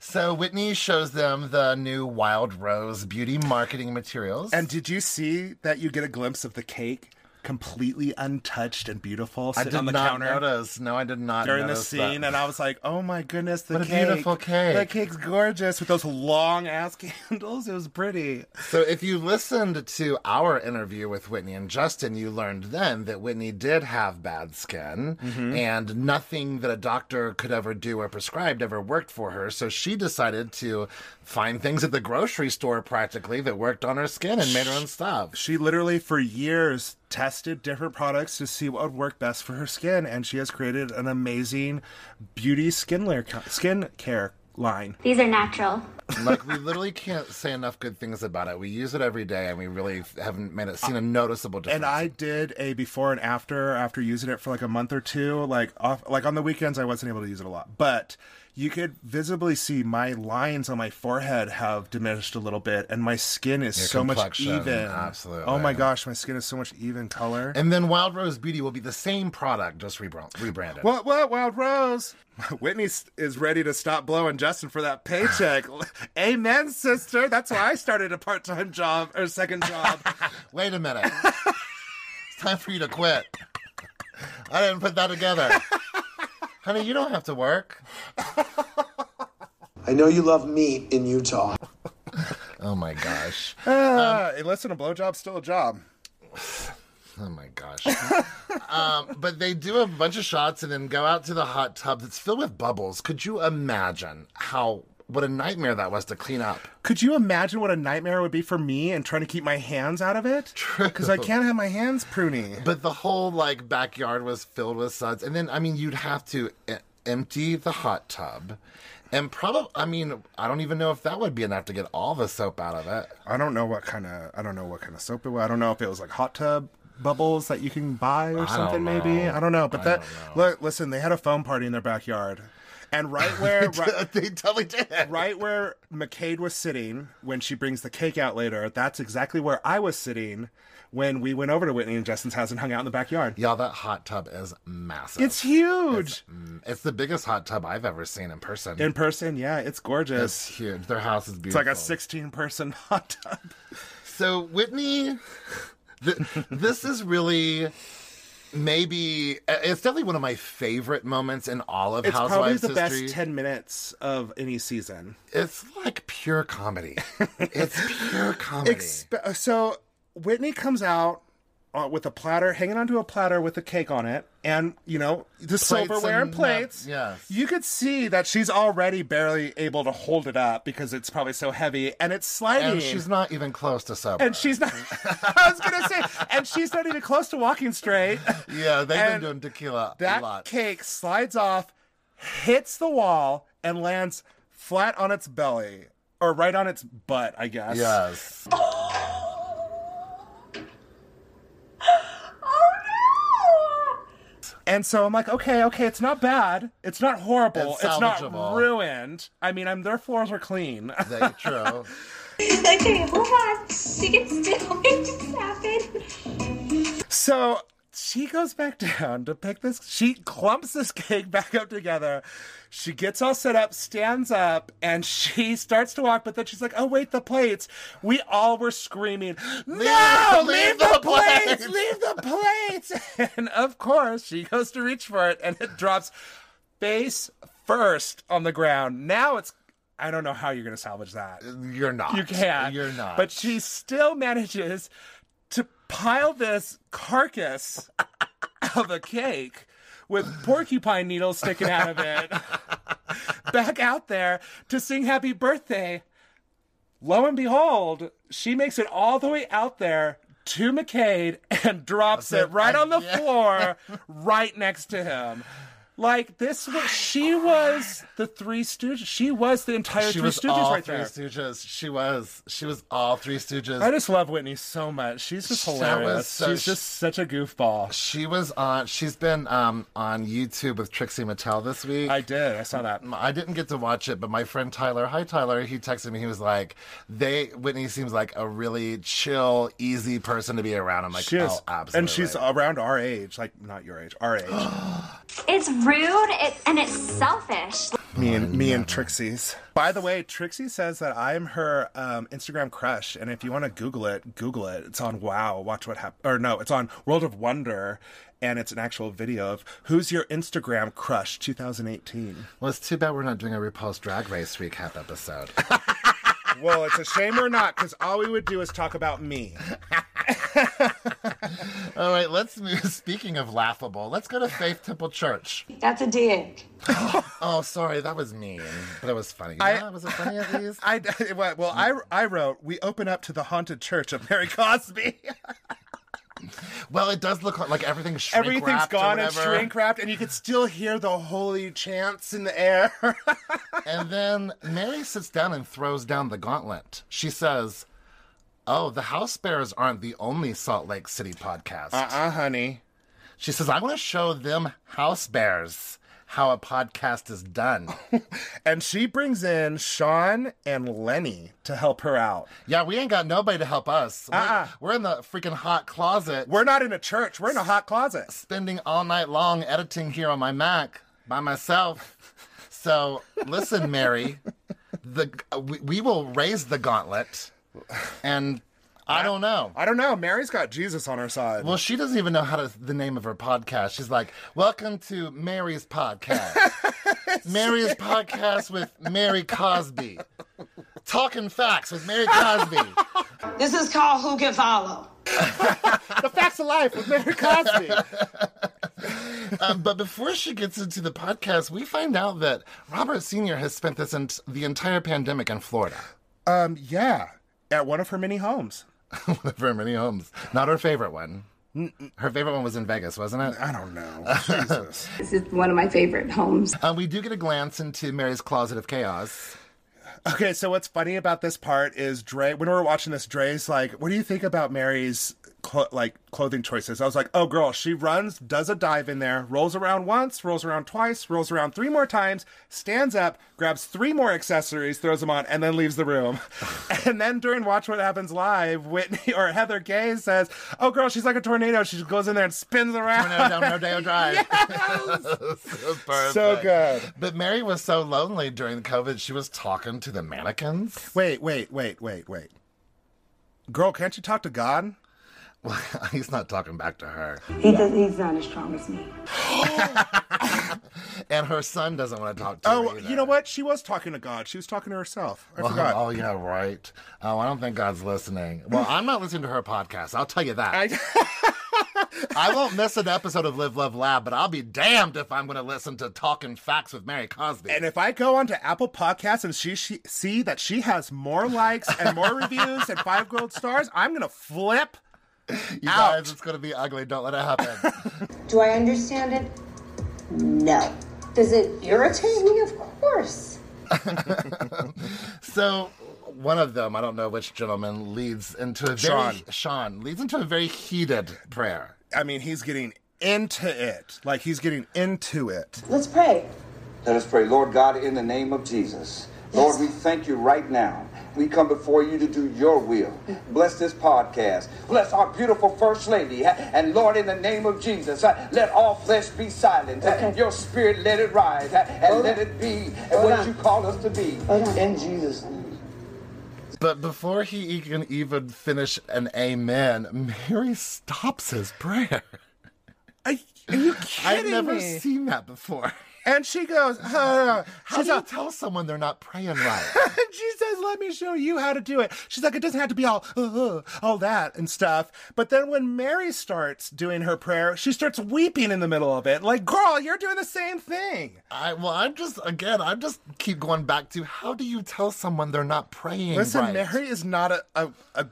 S2: So Whitney shows them the new Wild Rose beauty marketing materials.
S1: And did you see that you get a glimpse of the cake completely untouched and beautiful
S2: I
S1: sitting
S2: did
S1: on the
S2: not
S1: counter
S2: notice. No, I did not
S1: during the
S2: notice
S1: scene?
S2: that.
S1: And I was like, oh my goodness, the
S2: What a
S1: cake.
S2: beautiful cake.
S1: The cake's gorgeous with those long ass candles. It was pretty.
S2: So if you listened to our interview with Whitney and Justin, you learned then that Whitney did have bad skin
S1: Mm-hmm.
S2: and nothing that a doctor could ever do or prescribed ever worked for her. So she decided to find things at the grocery store practically that worked on her skin and made her own stuff.
S1: She literally, for years, tested different products to see what would work best for her skin, and she has created an amazing beauty skin layer skin care line.
S11: These are natural.
S2: like we literally can't say enough good things about it. We use it every day, and we really haven't made it seen a noticeable
S1: And
S2: difference.
S1: I did a before and after after using it for like a month or two. Like off, like on the weekends, I wasn't able to use it a lot, but you could visibly see my lines on my forehead have diminished a little bit, and my skin is
S2: Your
S1: so much
S2: complexion,
S1: even.
S2: absolutely.
S1: Oh my gosh, my skin is so much even color.
S2: and then Wild Rose Beauty will be the same product, just rebra- rebranded.
S1: What, what, Wild Rose? Whitney s- is ready to stop blowing Justin for that paycheck. Amen, sister. That's why I started a part time job or second job.
S2: Wait a minute. it's time for you to quit. I didn't put that together. Honey, you don't have to work.
S9: I know you love meat in Utah.
S2: Oh my gosh.
S1: Ah, hey, listen, a blowjob's still a job.
S2: Oh my gosh. um, but they do a bunch of shots and then go out to the hot tub that's filled with bubbles. Could you imagine how what a nightmare that was to clean up?
S1: Could you imagine what a nightmare it would be for me and trying to keep my hands out of it? True. Because I can't have my hands pruny.
S2: But the whole like backyard was filled with suds, and then I mean you'd have to e- empty the hot tub, and probably I mean I don't even know if that would be enough to get all the soap out of it.
S1: I don't know what kind of I don't know what kind of soap it was. I don't know if it was like hot tub bubbles that you can buy or
S2: don't
S1: something. Maybe
S2: know.
S1: I don't know. But
S2: I
S1: that
S2: don't
S1: look, listen, they had a foam party in their backyard, and right where right,
S2: they totally did.
S1: right where McCade was sitting when she brings the cake out later, that's exactly where I was sitting when we went over to Whitney and Justin's house and hung out in the backyard.
S2: Y'all, that hot tub is massive.
S1: It's huge
S2: Mm, it's the biggest hot tub I've ever seen in person.
S1: in person. Yeah, it's gorgeous.
S2: it's huge. Their house is
S1: It's
S2: beautiful.
S1: like a 16 person hot tub.
S2: So Whitney, th- this is really maybe it's definitely one of my favorite moments in all of
S1: It's probably
S2: Housewives
S1: the
S2: history.
S1: best 10 minutes of any season.
S2: It's like pure comedy. it's pure comedy.
S1: Expe- uh, so Whitney comes out uh, with a platter, hanging onto a platter with a cake on it, and you know the silverware and,
S2: and nap-
S1: plates.
S2: yes.
S1: you could see that she's already barely able to hold it up because it's probably so heavy, and it's sliding.
S2: and she's not even close to sober.
S1: And she's not. I was gonna say, and she's not even close to walking straight.
S2: yeah, they've been
S1: and
S2: doing tequila a
S1: That
S2: lot.
S1: cake slides off, hits the wall, and lands flat on its belly or right on its butt, I guess.
S2: yes.
S1: And so I'm like, okay, okay, it's not bad. It's not horrible.
S2: It's
S1: It's, not
S2: salvageable.
S1: ruined. I mean, I'm, their floors are clean.
S2: That's true.
S15: Okay, hold on. She can still make this happen.
S1: So she goes back down to pick this. She clumps this cake back up together. She gets all set up, stands up, and she starts to walk. But then she's like, "Oh wait, the plates!" We all were screaming, "No! Leave, the, plates! Leave the plates!" and of course, she goes to reach for it, and it drops face first on the ground. Now it's. I don't know how you're going to salvage that.
S2: You're not.
S1: You can't.
S2: You're not.
S1: But she still manages to pile this carcass of a cake with porcupine needles sticking out of it back out there to sing happy birthday. Lo and behold, she makes it all the way out there to McCade and drops it right on the floor, right next to him. Like this, was, she was the Three Stooges. She was the entire
S2: she
S1: Three
S2: was
S1: Stooges
S2: all
S1: right
S2: Three
S1: there.
S2: Stooges. She was. She was all Three Stooges.
S1: I just love Whitney so much. She's just
S2: That was
S1: hilarious.
S2: so-
S1: She's just such a goofball.
S2: She was on. She's been um, on YouTube with Trixie Mattel this week. I
S1: did. I saw that.
S2: I didn't get to watch it, but my friend Tyler, hi Tyler, he texted me. He was like, "They Whitney seems like a really chill, easy person to be around." I'm like,
S1: she is,
S2: "Oh, absolutely."
S1: and she's around our age, like not your age, our age.
S11: It's rude it, and it's selfish.
S1: me
S2: Oh,
S1: and me and Trixie's. By the way, Trixie says that I'm her um, Instagram crush, and if you want to Google it, Google it. It's on Wow. Watch what happened. Or no, it's on World of Wonder, and it's an actual video of who's your Instagram crush 2018.
S2: Well, it's too bad we're not doing a RuPaul's Drag Race recap episode.
S1: well, it's a shame or not, because all we would do is talk about me.
S2: All right, let's move. Speaking of laughable, let's go to Faith Temple Church.
S7: That's a dig.
S2: Oh, sorry, that was mean, but it was funny. Yeah, was it funny of these?
S1: I, I- well, I,
S2: Hmm.
S1: I wrote, we open up to the haunted church of Mary Cosby.
S2: Well, it does look like, like everything's shrink
S1: Everything's
S2: wrapped or
S1: gone and
S2: whatever.
S1: shrink wrapped, and you could still hear the holy chants in the air.
S2: and then Mary sits down and throws down the gauntlet. She says, Oh, the House Bears aren't the only Salt Lake City podcast. Uh
S1: uh honey.
S2: She says, I want to show them House Bears how a podcast is done.
S1: and she brings in Sean and Lenny to help her out.
S2: Yeah, we ain't got nobody to help us. We're, we're in the freaking hot closet.
S1: We're not in a church, we're in a hot closet.
S2: Spending all night long editing here on my Mac by myself. So, listen, Mary, the we, we will raise the gauntlet and I don't know.
S1: I don't know. Mary's got Jesus on her side.
S2: Well, she doesn't even know how to the name of her podcast. She's like, "Welcome to Mary's podcast. Mary's podcast with Mary Cosby, talking facts with Mary Cosby."
S7: This is called Who Can Follow.
S1: the facts of life with Mary Cosby.
S2: um, but before she gets into the podcast, we find out that Robert Senior has spent this ent- the entire pandemic in Florida,
S1: Um, yeah, at one of her many homes.
S2: one of her many homes. Not her favorite one. Her favorite one was in Vegas, wasn't it?
S1: I don't know. Jesus.
S15: This is one of my favorite homes.
S2: Um, we do get a glance into Mary's closet of chaos.
S1: Okay, so what's funny about this part is Dre. When we were watching this, Dre's like, "What do you think about Mary's clo- like clothing choices?" I was like, "Oh, girl, she runs, does a dive in there, rolls around once, rolls around twice, rolls around three more times, stands up, grabs three more accessories, throws them on, and then leaves the room." and then during Watch What Happens Live, Whitney or Heather Gay says, "Oh, girl, she's like a tornado. She goes in there and spins around."
S2: Tornado down Rodeo Drive.
S1: So good.
S2: But Mary was so lonely during the COVID. She was talking to the mannequins.
S1: Wait, wait, wait, wait, wait. Girl, can't you talk to God?
S2: Well, he's not talking back to her.
S7: He does, he's not as strong as me.
S2: And her son doesn't want to talk to
S1: Oh,
S2: her.
S1: you know what? She was talking to God. She was talking to herself. I
S2: Well,
S1: forgot.
S2: Oh, yeah, right. Oh, I don't think God's listening. Well, I'm not listening to her podcast. I'll tell you that.
S1: I,
S2: won't miss an episode of Live, Love, Lab, but I'll be damned if I'm going to listen to Talking Facts with Mary Cosby.
S1: And if I go onto Apple Podcasts and she, she see that she has more likes and more reviews and five gold stars, I'm gonna flip.
S2: you guys, it's going to be ugly. Don't let it happen.
S13: Do I understand it? No. Does it irritate me? Of course.
S2: So one of them, I don't know which gentleman, leads into a very
S1: Sean.
S2: Sean leads into a very heated prayer.
S1: I mean, he's getting into it. Like he's getting into it.
S5: Let's pray.
S16: Let us pray. Lord God, in the name of Jesus. Lord, we thank you right now. We come before you to do your will. Bless this podcast. Bless our beautiful First Lady. And Lord, in the name of Jesus, uh, let all flesh be silent. Uh, Your spirit, let it rise. uh, And
S2: Hold
S16: let
S2: on.
S16: it be
S2: Hold
S16: what
S2: on.
S16: you call us to be. In Jesus' name.
S2: But before he can even finish an amen, Mary stops his prayer.
S1: Are you
S2: I've
S1: kidding
S2: never
S1: me?
S2: seen that before.
S1: And she goes, huh.
S2: How do you tell someone they're not praying right?
S1: and she says, "Let me show you how to do it." She's like, "It doesn't have to be all uh, uh, all that and stuff." But then when Mary starts doing her prayer, she starts weeping in the middle of it. Like, girl, you're doing the same thing.
S2: I well, I'm just again, I just keep going back to how do you tell someone they're not praying
S1: Listen,
S2: right?
S1: Mary is not a a, a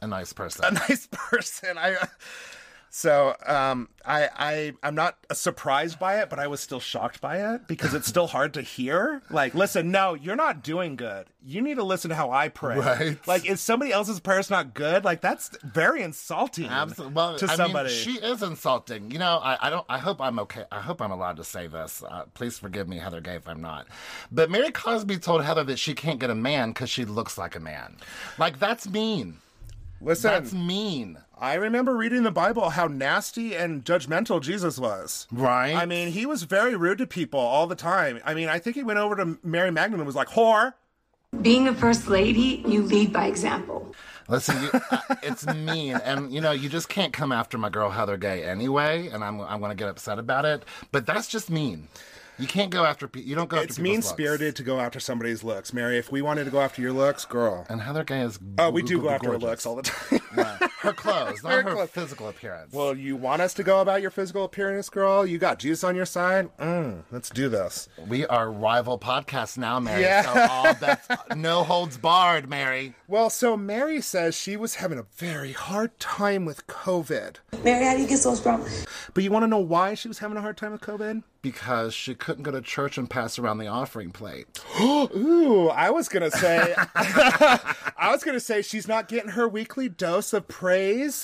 S2: a nice person.
S1: a nice person. I. So um, I I I'm not surprised by it, but I was still shocked by it because it's still hard to hear. Like, listen, no, you're not doing good. You need to listen to how I pray.
S2: Right.
S1: Like, if somebody else's prayer is not good, like that's very insulting.
S2: Absolutely. Well,
S1: to
S2: I
S1: somebody.
S2: mean, she is insulting. You know, I, I don't. I hope I'm okay. I hope I'm allowed to say this. Uh, please forgive me, Heather Gay, if I'm not. But Mary Cosby told Heather that she can't get a man because she looks like a man. Like that's mean.
S1: Listen,
S2: that's mean.
S1: I remember reading the Bible how nasty and judgmental Jesus was.
S2: Right.
S1: I mean, he was very rude to people all the time. I mean, I think he went over to Mary Magdalene and was like, "Whore."
S13: Being a first lady, you lead by example.
S2: Listen, you, uh, it's mean, and you know you just can't come after my girl Heather Gay anyway, and I'm I'm gonna get upset about it. But that's just mean. You can't go after people. You don't go after
S1: It's
S2: people's
S1: mean
S2: looks.
S1: spirited to go after somebody's looks, Mary. If we wanted to go after your looks, girl.
S2: And Heather Gay is.
S1: Oh, we do go after her
S2: Uh,
S1: looks
S2: gorgeous.
S1: all the time.
S2: Her clothes, not
S1: Her
S2: her
S1: clothes.
S2: physical appearance.
S1: well, you want us to go about your physical appearance, girl? You got Jesus on your side? Mm, let's do this.
S2: We are rival podcasts now, Mary.
S1: Yeah.
S2: So all bets, no holds barred, Mary.
S1: Well, so Mary says she was having a very hard time with COVID.
S3: Mary, how do you get so strong?
S1: But you want to know why she was having a hard time with COVID?
S2: Because she couldn't go to church and pass around the offering plate.
S1: Ooh, I was gonna say, I was gonna say she's not getting her weekly dose of praise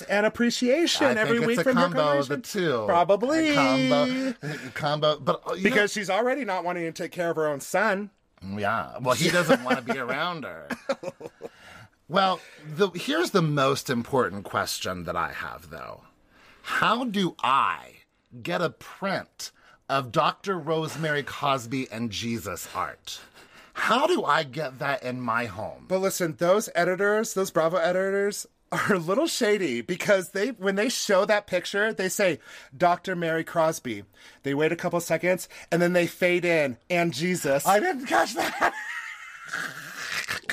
S1: and appreciation
S2: I think
S1: every
S2: it's
S1: week
S2: a
S1: from her
S2: combo of the
S1: congregation.
S2: two.
S1: Probably
S2: A combo, combo. But uh, you know-
S1: because she's already not wanting to take care of her own son.
S2: Yeah. Well, he doesn't want to be around her. Well, the, here's the most important question that I have, though. How do I get a print of Dr. Rosemary Cosby and Jesus art? How do I get that in my home?
S1: But listen, those editors, those Bravo editors, are a little shady because they when they show that picture, they say Dr. Mary Crosby. They wait a couple seconds and then they fade in and Jesus.
S2: I didn't catch that.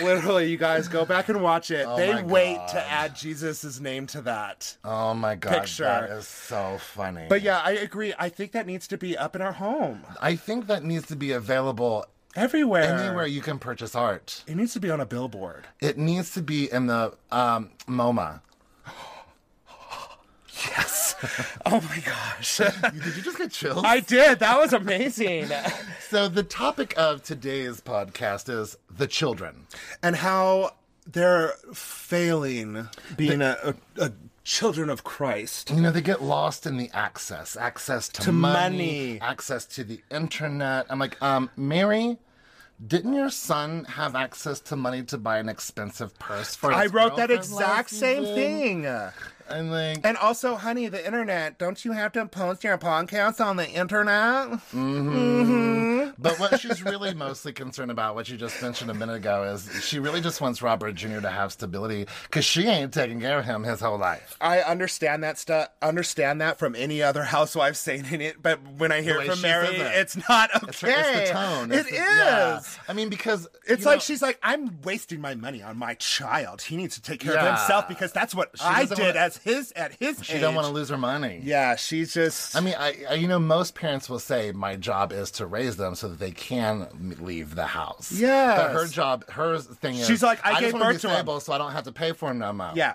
S1: Literally, you guys go back and watch it.
S2: Oh
S1: they
S2: my
S1: wait
S2: God.
S1: to add Jesus' name to that.
S2: Oh my God.
S1: Picture.
S2: That is so funny.
S1: But yeah, I agree. I think that needs to be up in our home.
S2: I think that needs to be available
S1: Everywhere.
S2: anywhere you can purchase art.
S1: It needs to be on a billboard.
S2: It needs to be in the um, MoMA.
S1: Yes. oh my gosh.
S2: Did you just get chills?
S1: I did. That was amazing.
S2: So the topic of today's podcast is the children.
S1: and how they're failing being a, a, a children of Christ.
S2: You know, they get lost in the access, access to,
S1: To
S2: money,
S1: money.
S2: access to the internet. I'm like, um, Mary, didn't your son have access to money to buy an expensive purse for? His
S1: I wrote that
S2: girlfriend last
S1: exact same
S2: season?"
S1: thing.
S2: I'm like,
S1: And also, honey, the internet, don't you have to post your podcast on the internet?
S2: but what she's really mostly concerned about, what you just mentioned a minute ago, is she really just wants Robert Jr. to have stability because she ain't taking care of him his whole life.
S1: I understand that stuff. Understand that from any other housewife saying it, but when I hear
S2: way
S1: it from
S2: she said
S1: Mary,
S2: that.
S1: it's not okay.
S2: It's, her- it's the tone.
S1: It
S2: It's the- yeah.
S1: is.
S2: I mean, because
S1: It's
S2: you
S1: like
S2: know-
S1: she's like, I'm wasting my money on my child. He needs to take care
S2: Yeah.
S1: of himself because that's what
S2: She
S1: I
S2: doesn't
S1: did
S2: wanna-
S1: as his at his
S2: She don't want to
S1: age."
S2: lose her money.
S1: Yeah, she's just.
S2: I mean, I, I you know most parents will say my job is to raise them so that they can m- leave the house.
S1: Yes.
S2: but her job, her thing is
S1: She's like, "I gave
S2: just wanna
S1: birth
S2: be
S1: to 'em."
S2: stable, so I don't have to pay for them no more.
S1: yeah.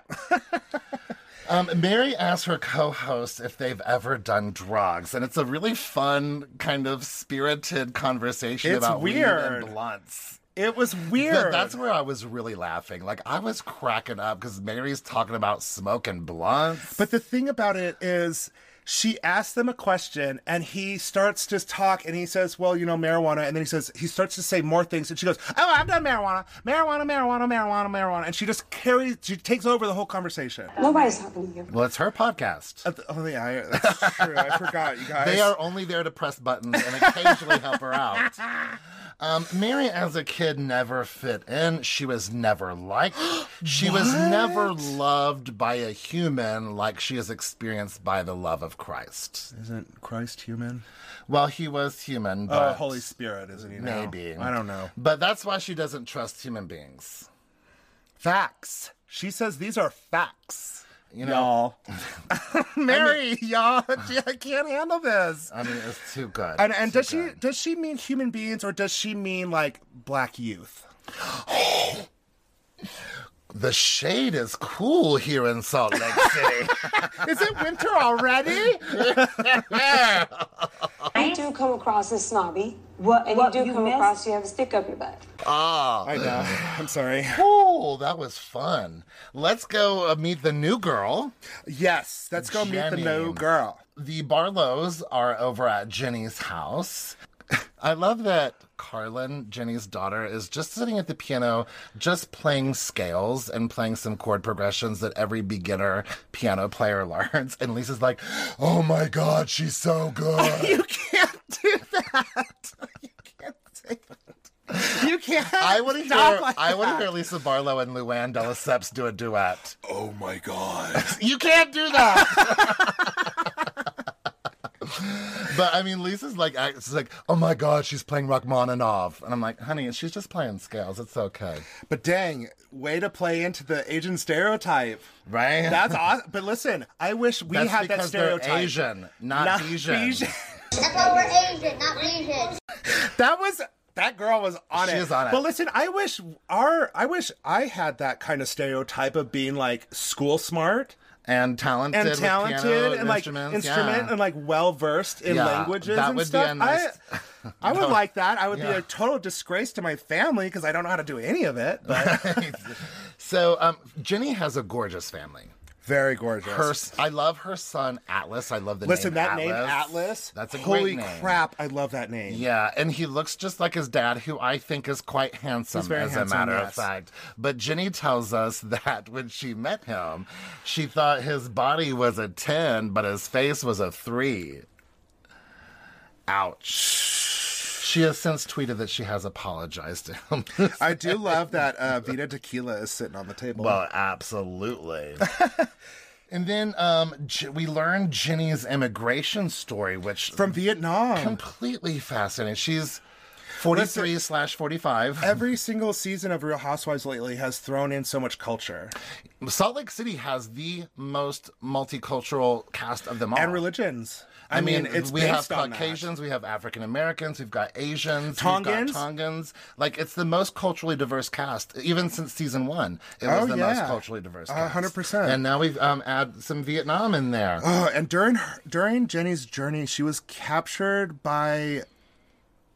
S2: Um, Mary asked her co-hosts if they've ever done drugs, and it's a really fun kind of spirited conversation
S1: It's
S2: about weed
S1: weird.
S2: and blunts.
S1: It was weird.
S2: Th- that's where I was really laughing. Like I was cracking up because Mary's talking about smoking blunts.
S1: But the thing about it is, she asks them a question and he starts to talk and he says, Well, you know, marijuana. And then he says, He starts to say more things and she goes, Oh, I've done marijuana, marijuana, marijuana, marijuana, marijuana. And she just carries, she takes over the whole conversation.
S3: Nobody's talking to you.
S2: Well, it's her podcast.
S1: Uh, th- oh, yeah, I- that's true. I forgot, you guys.
S2: They are only there to press buttons and occasionally help her out. Um, Mary, as a kid, never fit in. She was never liked. She was never loved by a human like she is experienced by the love of Christ.
S1: Isn't Christ human?
S2: Well, he was human,
S1: Oh,
S2: but
S1: Holy Spirit, isn't he? now?
S2: maybe
S1: I don't know.
S2: But that's why she doesn't trust human beings.
S1: Facts. She says these are facts.
S2: You know,
S1: Mary, y'all, I can't handle this.
S2: I mean, it's too good.
S1: And, and does she does she mean human beings or does she mean like black youth?
S2: the shade is cool here in Salt Lake City.
S1: Is it winter already?
S3: You do come across as snobby. What? And
S13: what
S3: you do
S13: you
S3: come
S13: miss-
S3: across, you have a stick up your butt.
S2: Ah,
S1: I know. I'm sorry.
S2: Cool. That was fun. Let's go uh, meet the new girl.
S1: Yes, let's go meet the new
S2: Janine.
S1: girl.
S2: The Barlows are over at Jenny's house. I love that Carlin, Jenny's daughter, is just sitting at the piano, just playing scales and playing some chord progressions that every beginner piano player learns. And Lisa's like, oh my God, she's so good.
S1: You can't do that. You can't do that. You can't.
S2: I want to hear.
S1: stop like
S2: I want to
S1: that.
S2: hear Lisa Barlow and Luann de Lesseps do a duet.
S9: Oh my god.
S2: You can't do that. but I mean, Lisa's like, act- she's like, oh my god, she's playing Rachmaninoff, and I'm like, honey, she's just playing scales. It's okay,
S1: But dang, way to play into the Asian stereotype.
S2: right?
S1: That's awesome. But listen, I wish we
S2: That's
S1: had that
S2: because they're
S1: stereotype.
S2: Asian, not,
S1: Not
S2: Asian.
S1: Asian.
S15: That's why we're Asian, not Asian.
S1: That was that girl was on
S2: She
S1: it.
S2: is on it.
S1: But listen, I wish our I wish I had that kind of stereotype of being like school smart
S2: And talented,
S1: and
S2: with
S1: talented
S2: piano
S1: and like
S2: instruments,
S1: instrument
S2: yeah.
S1: and like well versed in
S2: Yeah,
S1: languages
S2: that
S1: and
S2: would be
S1: stuff.
S2: a nice-
S1: I, I would like that. I would be
S2: Yeah.
S1: a total disgrace to my family because I don't know how to do any of it. But
S2: so um, Jenny has a gorgeous family.
S1: very gorgeous.
S2: Her, I love her son Atlas. I love the
S1: listen,
S2: name
S1: that
S2: Atlas.
S1: name Atlas.
S2: That's a
S1: holy
S2: great name.
S1: crap! I love that name.
S2: Yeah, and he looks just like his dad, who I think is quite handsome,
S1: very
S2: as
S1: handsome,
S2: a matter
S1: yes.
S2: of fact. But Jenny tells us that when she met him, she thought his body was a 10, but his face was a 3. Ouch. She has since tweeted that she has apologized to him.
S1: I do love that uh, Vita Tequila is sitting on the table.
S2: Well, absolutely. and then um, J- we learn Jenny's immigration story, which
S1: From Vietnam.
S2: completely fascinating. She's 43 slash 45.
S1: Every single season of Real Housewives lately has thrown in so much culture
S2: Salt Lake City has the most multicultural cast of them all.
S1: and religions. I,
S2: I
S1: mean,
S2: mean,
S1: it's
S2: we have
S1: based on that.
S2: Caucasians, we have African Americans, we've got Asians,
S1: Tongans?
S2: we've got Tongans. Like, it's the most culturally diverse cast, even since season one. It was
S1: Oh,
S2: the
S1: yeah.
S2: most culturally diverse.
S1: A
S2: cast.
S1: hundred percent.
S2: And now we've um, add some Vietnam in there.
S1: Oh, and during her, during Jenny's journey, she was captured by.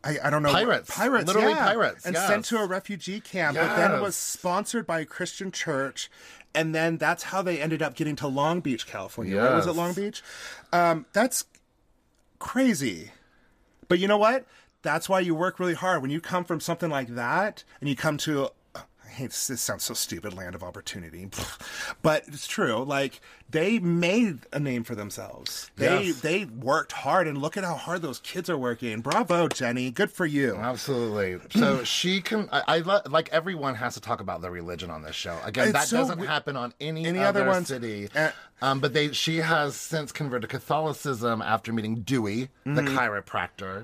S1: I, I don't know
S2: Pirates.
S1: pirates,
S2: Literally
S1: yeah,
S2: pirates,
S1: and
S2: yes.
S1: sent to a refugee camp. But then
S2: Yes.
S1: was sponsored by a Christian church, and then that's how they ended up getting to Long Beach, California. Right? Was it
S2: Yes.
S1: Long Beach? Um, that's crazy. But you know what? That's why you work really hard. When you come from something like that, and you come to, I hate this, this sounds so stupid, land of opportunity, but it's true. Like they made a name for themselves. They
S2: Yes.
S1: they worked hard, and look at how hard those kids are working. Bravo, Jenny. Good for you.
S2: Absolutely. So she can. I, I lo- like everyone has to talk about their religion on this show. Again,
S1: It's
S2: that
S1: so
S2: doesn't
S1: we-
S2: happen on any,
S1: any other
S2: other,
S1: ones.
S2: city.
S1: Uh,
S2: um, but they, she has since converted to Catholicism after meeting Dewey, the
S1: Mm-hmm.
S2: chiropractor.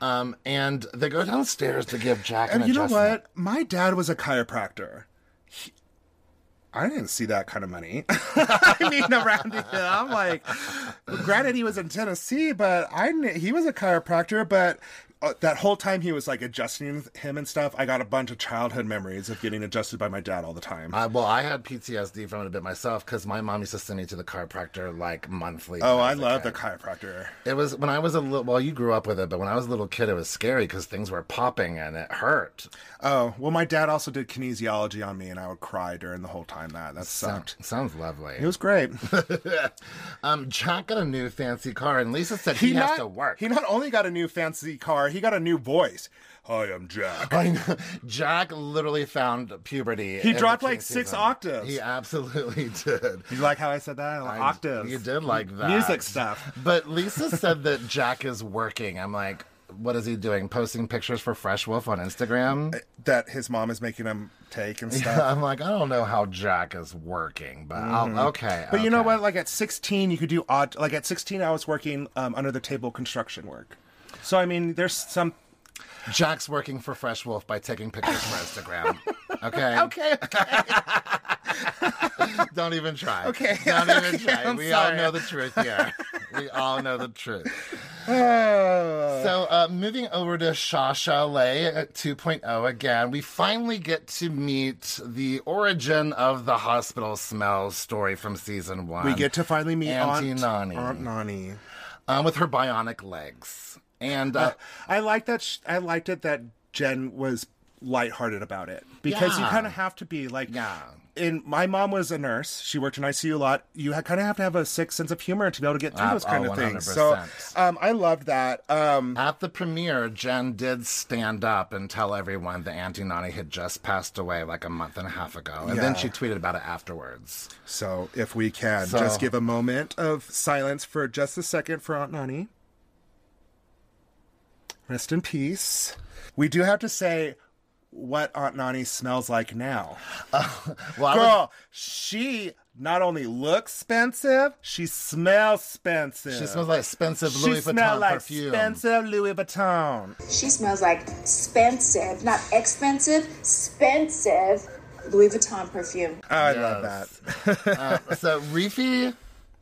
S2: Um, and they go downstairs to give Jack an
S1: And you know
S2: adjustment.
S1: what? My dad was a chiropractor. He- I didn't see that kind of money. I mean, around here, I'm like, granted, he was in Tennessee, but I kn- he was a chiropractor, but uh, that whole time he was like adjusting him and stuff, I got a bunch of childhood memories of getting adjusted by my dad all the time.
S2: Uh, well, I had PTSD from it a bit myself because my mom used to send me to the chiropractor like monthly.
S1: oh,
S2: when
S1: I
S2: was a
S1: love
S2: kid.
S1: the chiropractor.
S2: It was when I was a little. Well, you grew up with it, but when I was a little kid, it was scary because things were popping and it hurt.
S1: Oh, well, my dad also did kinesiology on me, and I would cry during the whole time that. That sucked.
S2: sounds lovely.
S1: It was great.
S2: um, Jack got a new fancy car, and Lisa said he, has to work.
S1: He not only got a new fancy car, he got a new voice. Hi, I'm Jack.
S2: I know. Jack literally found puberty.
S1: He
S2: in
S1: dropped
S2: between
S1: like six
S2: seasons.
S1: octaves.
S2: He absolutely did.
S1: You like how I said that? Like, octaves.
S2: You did like that.
S1: Music stuff.
S2: But Lisa said that Jack is working. I'm like, what is he doing? Posting pictures for Fresh Wolf on Instagram?
S1: That his mom is making him take and stuff.
S2: I'm like, I don't know how Jack is working, but
S1: Mhm.
S2: I'll, okay.
S1: But you know
S2: okay.
S1: what? Like at 16, you could do odd. Like at 16, I was working um, under the table construction work. So I mean, there's some.
S2: Jack's working for Fresh Wolf by taking pictures for Instagram. Okay.
S1: Okay.
S2: Don't even try.
S1: Okay.
S2: Don't even
S1: Okay,
S2: try.
S1: I'm
S2: we all
S1: sorry.
S2: know the truth here. we all know the truth.
S1: Oh.
S2: So, uh, moving over to Shaw Chalet at 2.0 again, we finally get to meet the origin of the hospital smells story from season one.
S1: we get to finally meet
S2: Auntie
S1: Aunt
S2: Nani.
S1: Aunt Nani.
S2: Um, with her bionic legs. And uh,
S1: Uh, I like that. Sh- I liked it that Jen was lighthearted about it because you
S2: Yeah.
S1: kind of have to be like. In my mom was a nurse. She worked in ICU a lot. You had kind of have to have a sick sense of humor to be able to get through
S2: Ab-
S1: those kind
S2: oh,
S1: of things. So
S2: 100%.
S1: um, I loved that. Um,
S2: At the premiere, Jen did stand up and tell everyone that Auntie Nani had just passed away like a month and a half ago. And then
S1: Yeah.
S2: she tweeted about it afterwards.
S1: So if we can
S2: So-
S1: just give a moment of silence for just a second for Aunt Nani. Rest in peace. We do have to say what Aunt Nani smells like now.
S2: well, I would-
S1: Girl, she not only looks expensive, she smells expensive.
S2: She smells like expensive
S1: She
S2: Louis Vuitton
S1: smell like
S2: perfume.
S1: expensive Louis Vuitton.
S5: She smells like expensive, not expensive, expensive Louis Vuitton perfume.
S1: I love that.
S2: Uh, so Reefy,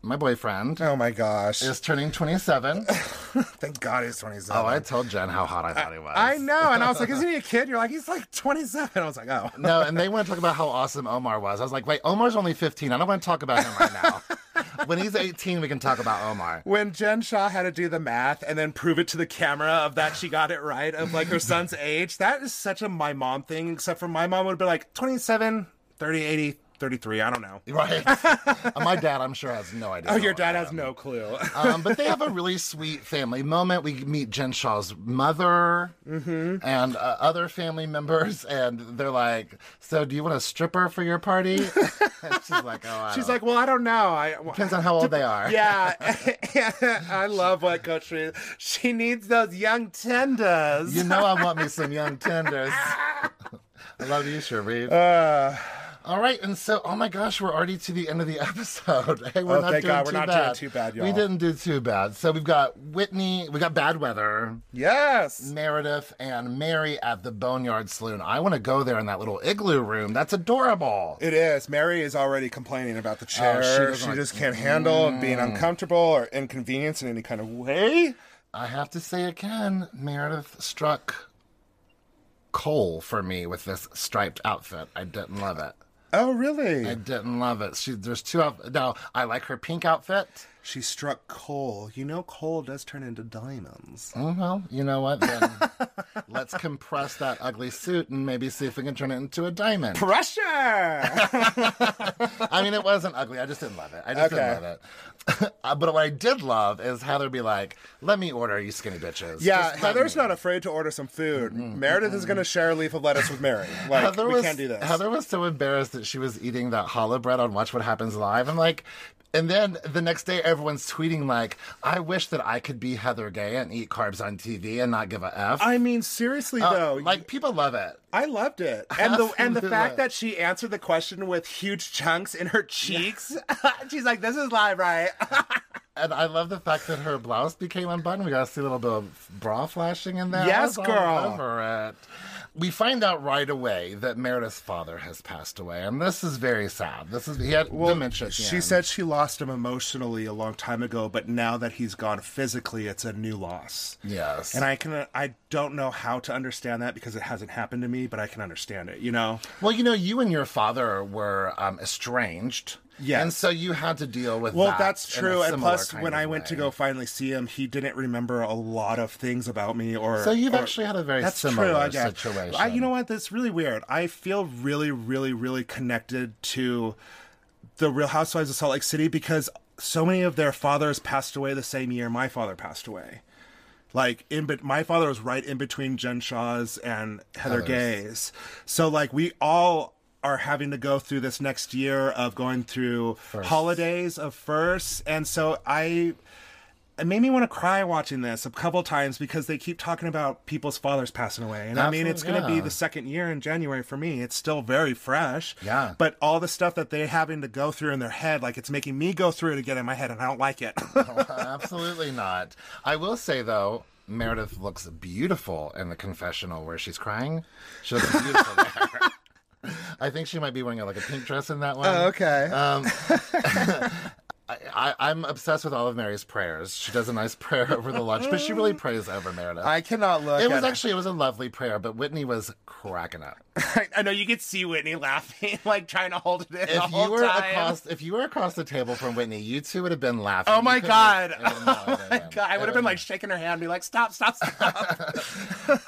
S2: my boyfriend.
S1: Oh my gosh.
S2: Is turning 27.
S1: Thank God he's 27.
S2: oh, I told Jen how hot I thought he was.
S1: I know. And I was like, isn't he a kid? You're like, he's like 27. I was like, oh.
S2: no, and they want to talk about how awesome Omar was. I was like, wait, Omar's only 15. I don't want to talk about him right now. when he's 18, we can talk about Omar.
S1: when Jen Shaw had to do the math and then prove it to the camera of that she got it right of like her son's age, that is such a my mom thing, except for my mom would be like 27, 30, 80, 33, I don't know.
S2: Right. Uh, My dad, I'm sure, has no idea.
S1: Oh, your dad has no clue.
S2: um, but they have a really sweet family moment. We meet Jen Shaw's mother
S1: Mm-hmm.
S2: and uh, other family members, and they're like, "So, do you want a stripper for your party?" And she's like, "Oh, I
S1: She's
S2: don't-
S1: like, well, I don't know. I
S2: depends on how old they are."
S1: yeah, I love what Coach Reed. She needs those young tenders.
S2: you know, I want me some young tenders. I love you, Sharif.
S1: Uh,
S2: All right, and so, oh my gosh, we're already to the end of the episode. Hey, we're
S1: Oh,
S2: not
S1: thank
S2: doing
S1: God,
S2: too
S1: we're not doing
S2: bad.
S1: too bad,
S2: We
S1: y'all.
S2: didn't do too bad. So we've got Whitney, we got bad weather.
S1: Yes.
S2: Meredith and Mary at the Boneyard Saloon. I want to go there in that little igloo room. That's adorable.
S1: it is. Mary is already complaining about the chair.
S2: doesn't
S1: Oh, she
S2: like-
S1: just can't handle being uncomfortable or inconvenienced in any kind of way.
S2: I have to say again, Meredith struck coal for me with this striped outfit. I didn't love it.
S1: Oh, really?
S2: I didn't love it. She there's two outfits. Now I like her pink outfit.
S1: She struck coal. You know, coal does turn into diamonds.
S2: Oh, well, you know what? Then let's compress that ugly suit and maybe see if we can turn it into a diamond.
S1: Pressure!
S2: I mean, it wasn't ugly. I just didn't love it. I just
S1: Okay.
S2: didn't love it. Uh, but what I did love is Heather be like, "Let me order you skinny bitches."
S1: yeah,
S2: Just let
S1: Heather's
S2: me."
S1: not afraid to order some food. Meredith is going to share a leaf of lettuce with Mary. Like,
S2: Heather
S1: we
S2: was,
S1: can't do this.
S2: Heather was so embarrassed that she was eating that hollow bread on Watch What Happens Live. I'm like, and then the next day, everyone's tweeting like, "I wish that I could be Heather Gay and eat carbs on TV and not give a f."
S1: I mean, seriously,
S2: Uh,
S1: though.
S2: like people love it.
S1: I loved it, and the and the
S2: Absolutely.
S1: fact that she answered the question with huge chunks in her cheeks. She's like, "This is live, right?"
S2: And I love the fact that her blouse became unbuttoned. We got to see a little bit of bra flashing in there. I
S1: Yes,
S2: was all
S1: girl.
S2: over it. we find out right away that Meredith's father has passed away, and this is very sad. This is he had dementia. at the
S1: She
S2: end.
S1: said she lost him emotionally a long time ago, but now that he's gone physically, it's a new loss.
S2: Yes.
S1: And I can uh, I don't know how to understand that because it hasn't happened to me, but I can understand it, you know.
S2: Well, you know, you and your father were um, estranged.
S1: Yes.
S2: And so you had to deal with
S1: Well,
S2: that
S1: that's
S2: in a
S1: true. And
S2: similar
S1: plus,
S2: kind
S1: when
S2: of
S1: I went
S2: way.
S1: to go finally see him, he didn't remember a lot of things about me. Or
S2: So you've
S1: or-
S2: actually had a very
S1: that's
S2: similar
S1: true, I guess.
S2: situation.
S1: I, you know what? That's really weird. I feel really, really, really connected to the Real Housewives of Salt Lake City because so many of their fathers passed away the same year my father passed away. Like in, but my father was right in between Jen Shaw's and Heather
S2: Heather's.
S1: Gay's. So like we all are having to go through this next year of going through holidays of first, and so I. It made me want to cry watching this a couple times because they keep talking about people's fathers passing away, and I mean
S2: Absolutely,
S1: it's going to be
S2: yeah.
S1: the second year in January for me. It's still very fresh.
S2: Yeah.
S1: But all the stuff that they're having to go through in their head, like it's making me go through it again in my head, and I don't like it.
S2: Absolutely not. I will say though, Meredith looks beautiful in the confessional where she's crying. She looks beautiful there. I think she might be wearing like a pink dress in that one.
S1: Oh, okay.
S2: Um, I, I, I'm obsessed with all of Mary's prayers. She does a nice prayer over the lunch, but she really prays over Meredith.
S1: I cannot look.
S2: it was
S1: at
S2: actually it was a lovely prayer, but Whitney was cracking up.
S1: I know you could see Whitney laughing, like trying to hold it in. the
S2: If you
S1: whole
S2: were
S1: time.
S2: across, if you were across the table from Whitney, you two would have been laughing.
S1: Oh
S2: You
S1: my
S2: couldn't-
S1: god!
S2: it wouldn't have
S1: Oh my god! I would have been like shaking her hand, and be like, "Stop! Stop! Stop!"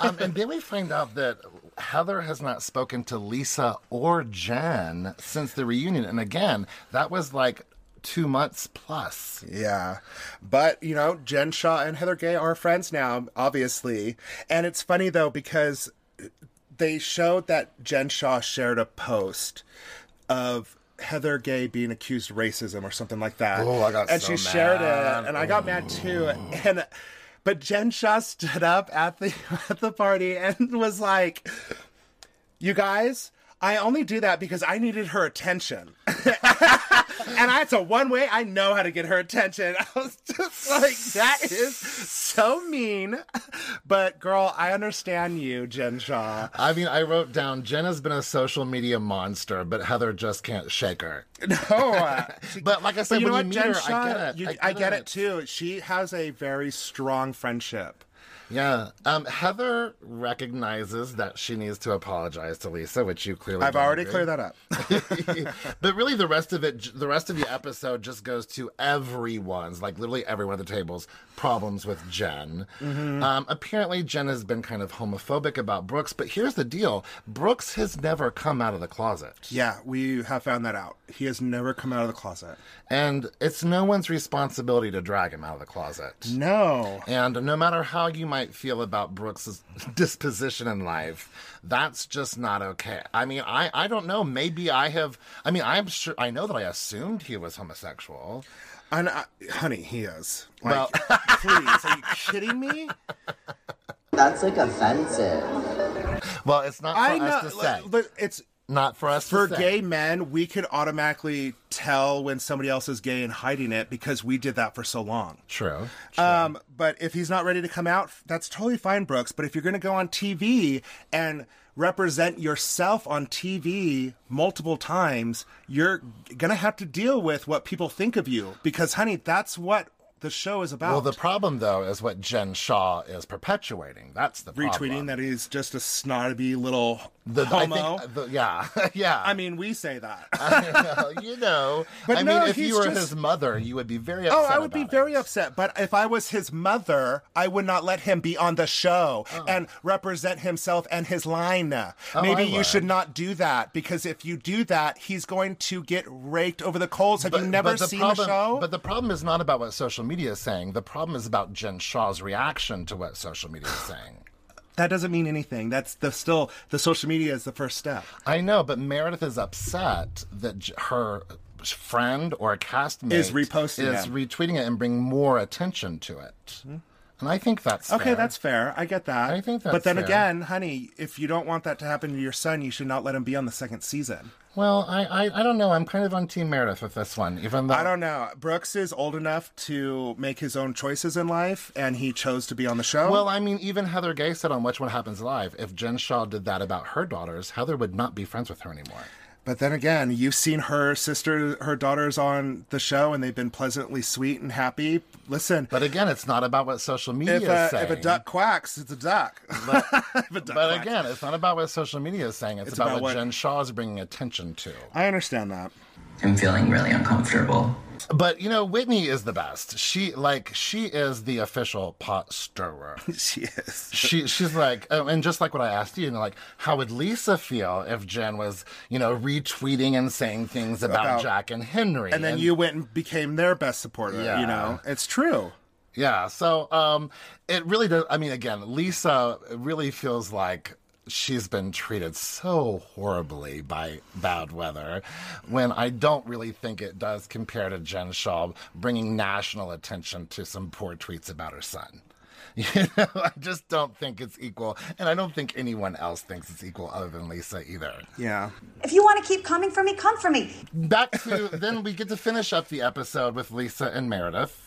S2: um, and then we find out that Heather has not spoken to Lisa or Jen since the reunion. And again, that was like two months plus.
S1: Yeah. But, you know, Jen Shaw and Heather Gay are friends now, obviously. And it's funny, though, because they showed that Jen Shaw shared a post of Heather Gay being accused of racism or something like that.
S2: Oh, I got
S1: And
S2: so
S1: she shared
S2: mad.
S1: it, and I got mad too. And. But Jen Shaw stood up at the at the party and was like, "You guys, I only do that because I needed her attention." and I, it's a one way. I know how to get her attention. I was just like, that is so mean. But girl, I understand you, Jen Shaw.
S2: I mean, I wrote down Jen has been a social media monster, but Heather just can't shake her.
S1: No, uh, she-
S2: But like I said,
S1: you know
S2: when
S1: what,
S2: you
S1: Jen
S2: meet her, I
S1: Shaw,
S2: get it.
S1: you-
S2: I
S1: I
S2: get
S1: get
S2: it.
S1: it too. She has a very strong friendship.
S2: Yeah. Um, Heather recognizes that she needs to apologize to Lisa, which you clearly
S1: I've already
S2: did.
S1: cleared that up.
S2: but really the rest of it the rest of the episode just goes to everyone's like literally everyone at the tables problems with jen um, apparently jen has been kind of homophobic about brooks but here's the deal brooks has never come out of the closet
S1: Yeah, we have found that out. He has never come out of the closet.
S2: and it's no one's responsibility to drag him out of the closet
S1: No.
S2: and no matter how you might feel about Brooks's disposition in life, that's just not okay. I mean, I, I don't know. Maybe I have. I mean, I'm sure. I know that I assumed he was homosexual.
S1: And I, honey, he is. Like,
S2: Well,
S1: please, are you kidding me?
S17: That's like offensive.
S2: well, it's not for
S1: I
S2: us
S1: know.
S2: to say.
S1: Look, it's
S2: not for us
S1: for
S2: to say.
S1: gay men, we could automatically tell when somebody else is gay and hiding it because we did that for so long.
S2: True.
S1: Um, but if he's not ready to come out, that's totally fine, Brooks. But if you're going to go on TV and represent yourself on TV multiple times, you're going to have to deal with what people think of you because, honey, that's what the show is about.
S2: Well, the problem though is what Jen Shaw is perpetuating. That's the problem.
S1: retweeting that he's just a snobby little
S2: The- I think-
S1: homo.
S2: the- yeah, yeah.
S1: I mean, we say that.
S2: you know,
S1: But
S2: I
S1: no,
S2: mean, if
S1: he's
S2: you were
S1: just-
S2: his mother, you would be very upset.
S1: Oh, I would be
S2: about it.
S1: very upset. But if I was his mother, I would not let him be on the show and represent himself and his line. Maybe
S2: Oh. I
S1: you
S2: would.
S1: should not do that because if you do that, he's going to get raked over the coals. Have you never
S2: the
S1: seen the
S2: problem,
S1: show?
S2: But the problem is not about what social media is saying. The problem is about Jen Shaw's reaction to what social media is saying.
S1: that doesn't mean anything. That's the still the social media is the first step.
S2: I know, but Meredith is upset that j- her friend or castmate
S1: Is reposting
S2: is
S1: it.
S2: retweeting it and bring more attention to it. And I think that's
S1: Okay,
S2: fair.
S1: that's fair. I get that.
S2: I think that's
S1: But then
S2: fair.
S1: again, honey, if you don't want that to happen to your son, you should not let him be on the second season.
S2: Well, I, I, I don't know. I'm kind of on Team Meredith with this one, even though
S1: I don't know. Brooks is old enough to make his own choices in life, and he chose to be on the show.
S2: Well, I mean, even Heather Gay said on Which One Happens Live, if Jen Shaw did that about her daughters, Heather would not be friends with her anymore.
S1: But then again, you've seen her sister, her daughters on the show, and they've been pleasantly sweet and happy. Listen,
S2: But again, it's not about what social media
S1: if
S2: is
S1: a,
S2: saying.
S1: if a duck quacks, it's a duck.
S2: But,
S1: If a duck
S2: but
S1: quacks.
S2: again, it's not about what social media is saying. It's,
S1: It's
S2: about,
S1: about
S2: what
S1: what- Uh,
S2: Jen Shaw is bringing attention to.
S1: I understand that.
S17: I'm feeling really uncomfortable.
S2: But you know, Whitney is the best. She like she is the official pot stirrer.
S1: she is.
S2: She she's like, oh, and just like what I asked you, you know, like how would Lisa feel if Jen was you know retweeting and saying things about,
S1: About-
S2: Jack and Henry?
S1: And then you went and became their best supporter.
S2: Yeah.
S1: You know, it's true.
S2: Yeah, so um, it really does. I mean, again, Lisa really feels like she's been treated so horribly by bad weather when I don't really think it does compare to Jen Shaw bringing national attention to some poor tweets about her son. You know, I just don't think it's equal, and I don't think anyone else thinks it's equal other than Lisa either.
S1: Yeah.
S4: If you want to keep coming for me, come for me.
S2: Back to then we get to finish up the episode with Lisa and Meredith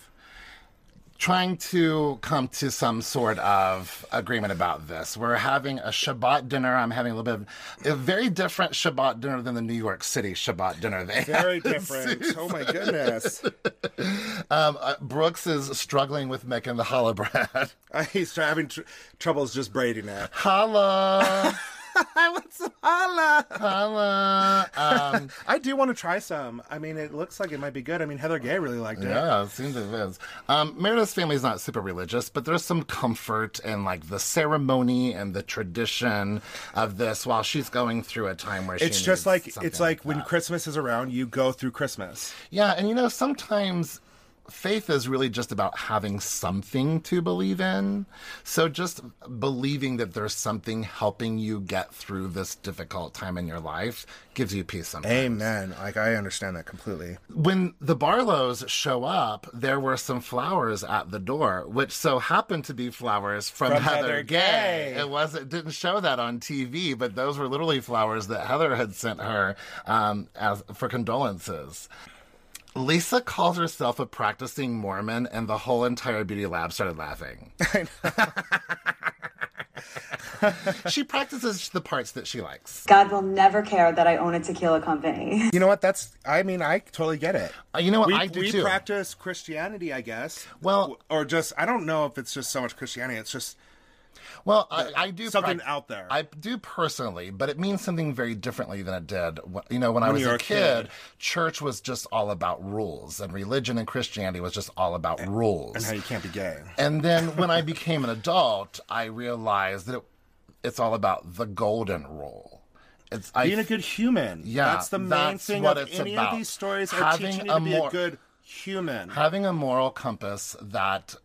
S2: trying to come to some sort of agreement about this. We're having a Shabbat dinner. I'm having a little bit of a very different Shabbat dinner than the New York City Shabbat dinner they
S1: Very
S2: had this
S1: different. Oh my goodness.
S2: Um, uh, Brooks is struggling with making the challah bread.
S1: Uh, He's tr- having tr- troubles just braiding it.
S2: Challah.
S1: I want some challah.
S2: Challah. Um,
S1: I do want to try some. I mean, it looks like it might be good. I mean, Heather Gay really liked it.
S2: Yeah, it seems it is. Um, Meredith's family is not super religious, but there's some comfort in like the ceremony and the tradition of this while she's going through a time where she
S1: It's just
S2: needs
S1: like
S2: something
S1: it's like, when
S2: that.
S1: Christmas is around, you go through Christmas.
S2: yeah, and you know sometimes faith is really just about having something to believe in. So just believing that there's something helping you get through this difficult time in your life gives you peace. Sometimes.
S1: Amen. Like I understand that completely.
S2: when the Barlows show up, there were some flowers at the door, which so happened to be flowers from,
S1: From
S2: Heather,
S1: Heather
S2: Gay.
S1: Gay.
S2: It was it didn't show that on TV, but those were literally flowers that Heather had sent her um, as for condolences. Lisa calls herself a practicing Mormon, and the whole entire beauty lab started laughing. she practices the parts that she likes.
S4: God will never care that I own a tequila company.
S1: You know what? That's I mean, I totally get it.
S2: Uh, you know what?
S1: we,
S2: I do
S1: we
S2: too.
S1: practice Christianity, I guess.
S2: Well-
S1: or just I don't know if it's just so much Christianity. It's just
S2: Well, I, I do
S1: Something
S2: prac-
S1: out there.
S2: I do personally, but it means something very differently than it did. wh- You know, when, I
S1: When
S2: was
S1: you were
S2: a
S1: a
S2: kid,
S1: kid.
S2: church was just all about rules, and religion and Christianity was just all about rules.
S1: and how you can't be gay.
S2: And then when I became an adult, I realized that it, it's all about the golden rule. It's I,
S1: being a good human.
S2: Yeah,
S1: that's the main
S2: that's
S1: thing
S2: what
S1: of
S2: it's
S1: any
S2: about.
S1: of these stories are
S2: Having
S1: teaching
S2: a
S1: you to be
S2: more-
S1: a good human.
S2: having a moral compass that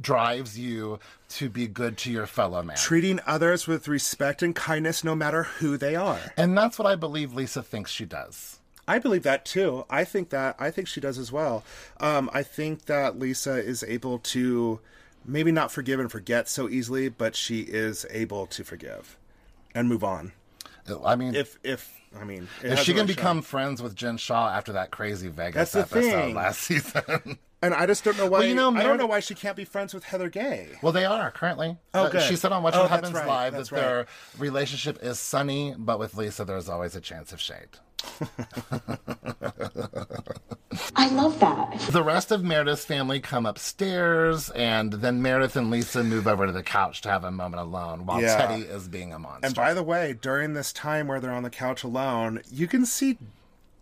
S2: drives you to be good to your fellow man.
S1: Treating others with respect and kindness, no matter who they are.
S2: And that's what I believe Lisa thinks she does.
S1: I believe that too. I think that I think she does as well. Um, I think that Lisa is able to maybe not forgive and forget so easily, but she is able to forgive and move on.
S2: I mean,
S1: If if I mean, it
S2: If
S1: hasn't
S2: she can
S1: really shown.
S2: become friends with Jen Shaw after that crazy
S1: That's
S2: Vegas
S1: the
S2: episode
S1: thing.
S2: last season.
S1: and I just don't know why.
S2: Well, you know,
S1: I
S2: Meredith-
S1: don't know why she can't be friends with Heather Gay.
S2: well, they are currently.
S1: Oh,
S2: Uh,
S1: good.
S2: She said on Watch
S1: Oh,
S2: What
S1: that's
S2: Happens
S1: right,
S2: Live that
S1: that's
S2: their relationship is sunny, but with Lisa, there's always a chance of shade.
S13: I love that.
S2: The rest of Meredith's family come upstairs, and then Meredith and Lisa move over to the couch to have a moment alone while
S1: Yeah.
S2: Teddy is being a monster.
S1: And by the way, during this time where they're on the couch alone, you can see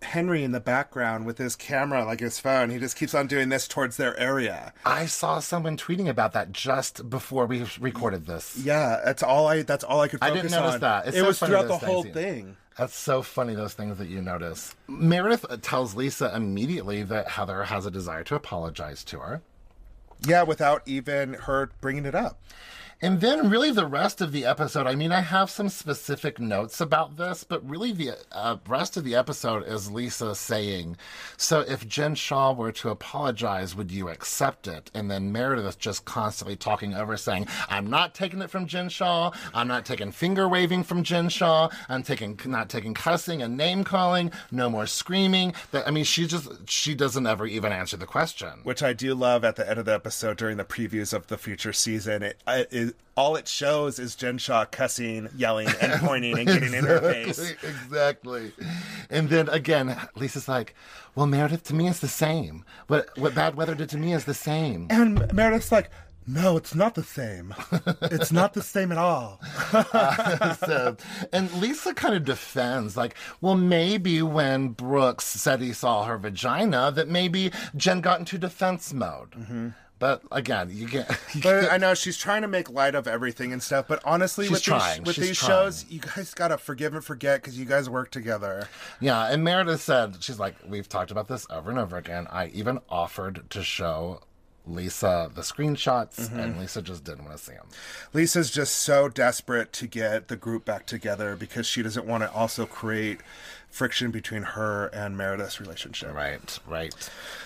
S1: Henry in the background with his camera, like his phone. He just keeps on doing this towards their area.
S2: I saw someone tweeting about that just before we recorded this.
S1: Yeah, that's all I. That's all I could.
S2: I
S1: Focus
S2: didn't notice
S1: on.
S2: that. It's
S1: it
S2: so
S1: was
S2: funny
S1: throughout the
S2: those
S1: whole
S2: things, you know.
S1: thing.
S2: That's so funny, those things that you notice. Meredith uh, tells Lisa immediately that Heather has a desire to apologize to her.
S1: Yeah, without even her bringing it up.
S2: And then, really, the rest of the episode I mean, I have some specific notes about this, but really, the uh, rest of the episode is Lisa saying, So if Jen Shaw were to apologize, would you accept it? And then Meredith just constantly talking over, saying, I'm not taking it from Jen Shaw. I'm not taking finger waving from Jen Shaw. I'm taking not taking cussing and name calling. No more screaming. That, I mean, she just, she doesn't ever even answer the question.
S1: Which I do love at the end of the episode during the previews of the future season. It, it, it all it shows is Jen Shaw cussing, yelling, and pointing and getting in her face.
S2: Exactly. And then again, Lisa's like, "Well, Meredith, to me, it's the same. What what bad weather did to me is the same."
S1: And Meredith's like, no, it's not the same. It's not the same at all.
S2: uh, so, and Lisa kind of defends, like, well, maybe when Brooks said he saw her vagina, that maybe Jen got into defense mode. Mm-hmm. But again, you get. You
S1: but
S2: get,
S1: I know she's trying to make light of everything and stuff. But honestly,
S2: She's
S1: with
S2: trying.
S1: these with
S2: She's
S1: these
S2: trying.
S1: shows, you guys gotta forgive and forget because you guys work together.
S2: Yeah, and Meredith said, she's like, we've talked about this over and over again. I even offered to show Lisa the screenshots,
S1: Mhm.
S2: and Lisa just didn't want to see them.
S1: Lisa's just so desperate to get the group back together because she doesn't want to also create friction between her and Meredith's relationship.
S2: Right, right.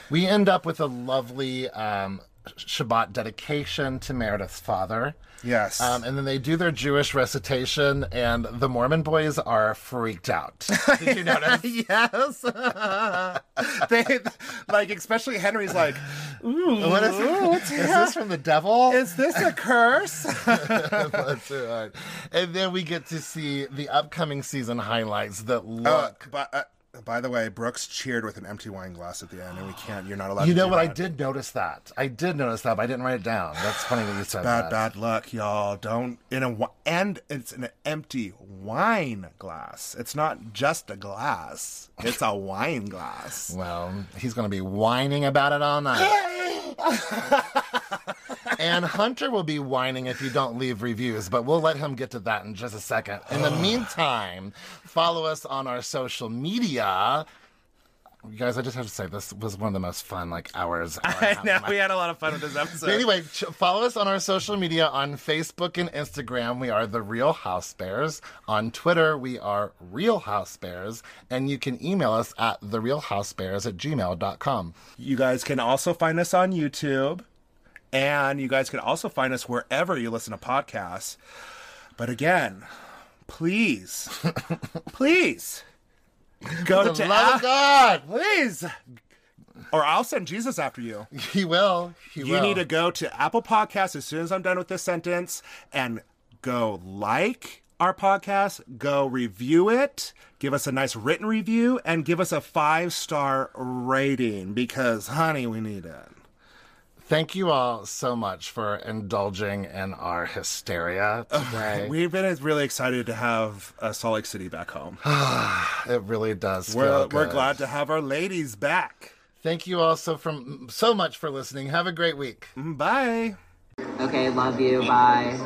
S2: We end up with a lovely um, Shabbat dedication to Meredith's father.
S1: Yes.
S2: Um, and then they do their Jewish recitation, and the Mormon boys are freaked out. Did you notice?
S1: yes. they like especially Henry's like, ooh,
S2: What is, is this from the devil?
S1: Is this a curse?
S2: Bless her heart. And then we get to see the upcoming season highlights that look.
S1: but uh, by the way, Brooks cheered with an empty wine glass at the end, and we can't. You're not allowed.
S2: you
S1: to
S2: know
S1: do
S2: what? I
S1: that.
S2: did notice that. I did notice that, but I didn't write it down. That's funny that you said
S1: Bad,
S2: that.
S1: bad luck, y'all. Don't in a wi- and it's an empty wine glass. It's not just a glass. It's a wine glass.
S2: Well, he's going to be whining about it all night. and Hunter will be whining if you don't leave reviews, but we'll let him get to that in just a second. In the meantime, follow us on our social media. You guys, I just have to say this was one of the most fun like hours. hour and a half.
S1: we had a lot of fun with this episode.
S2: But anyway, ch- follow us on our social media on Facebook and Instagram. We are The Real House Bears. On Twitter, we are Real House Bears. And you can email us at TheRealHouseBears at gmail.com.
S1: You guys can also find us on YouTube, and you guys can also find us wherever you listen to podcasts. But again, please, please go
S2: For the
S1: to
S2: love of God,
S1: please, or I'll send Jesus after you.
S2: He will. He
S1: you
S2: will.
S1: need to go to Apple Podcasts as soon as I'm done with this sentence and go like our podcast, go review it, give us a nice written review, and give us a five star rating because, honey, we need it.
S2: Thank you all so much for indulging in our hysteria today.
S1: We've been really excited to have uh, Salt Lake City back home.
S2: it really does.
S1: We're,
S2: feel
S1: we're
S2: good.
S1: glad to have our ladies back.
S2: Thank you all so, from, so much for listening. Have a great week.
S1: Bye.
S7: Okay, love you. Bye.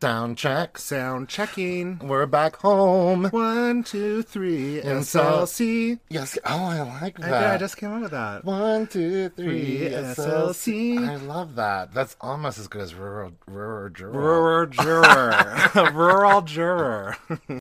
S2: Sound check.
S1: Sound checking.
S2: We're back home.
S1: One, two, three, and
S2: And
S1: so
S2: so-
S1: see.
S2: Yes. Oh, I like
S1: I
S2: that.
S1: did. I just came up with that.
S2: One, two,
S1: Three
S2: three,
S1: SLC.
S2: SLC. I love that. That's almost as good as rural, rural, rural.
S1: Rural juror. Rural juror.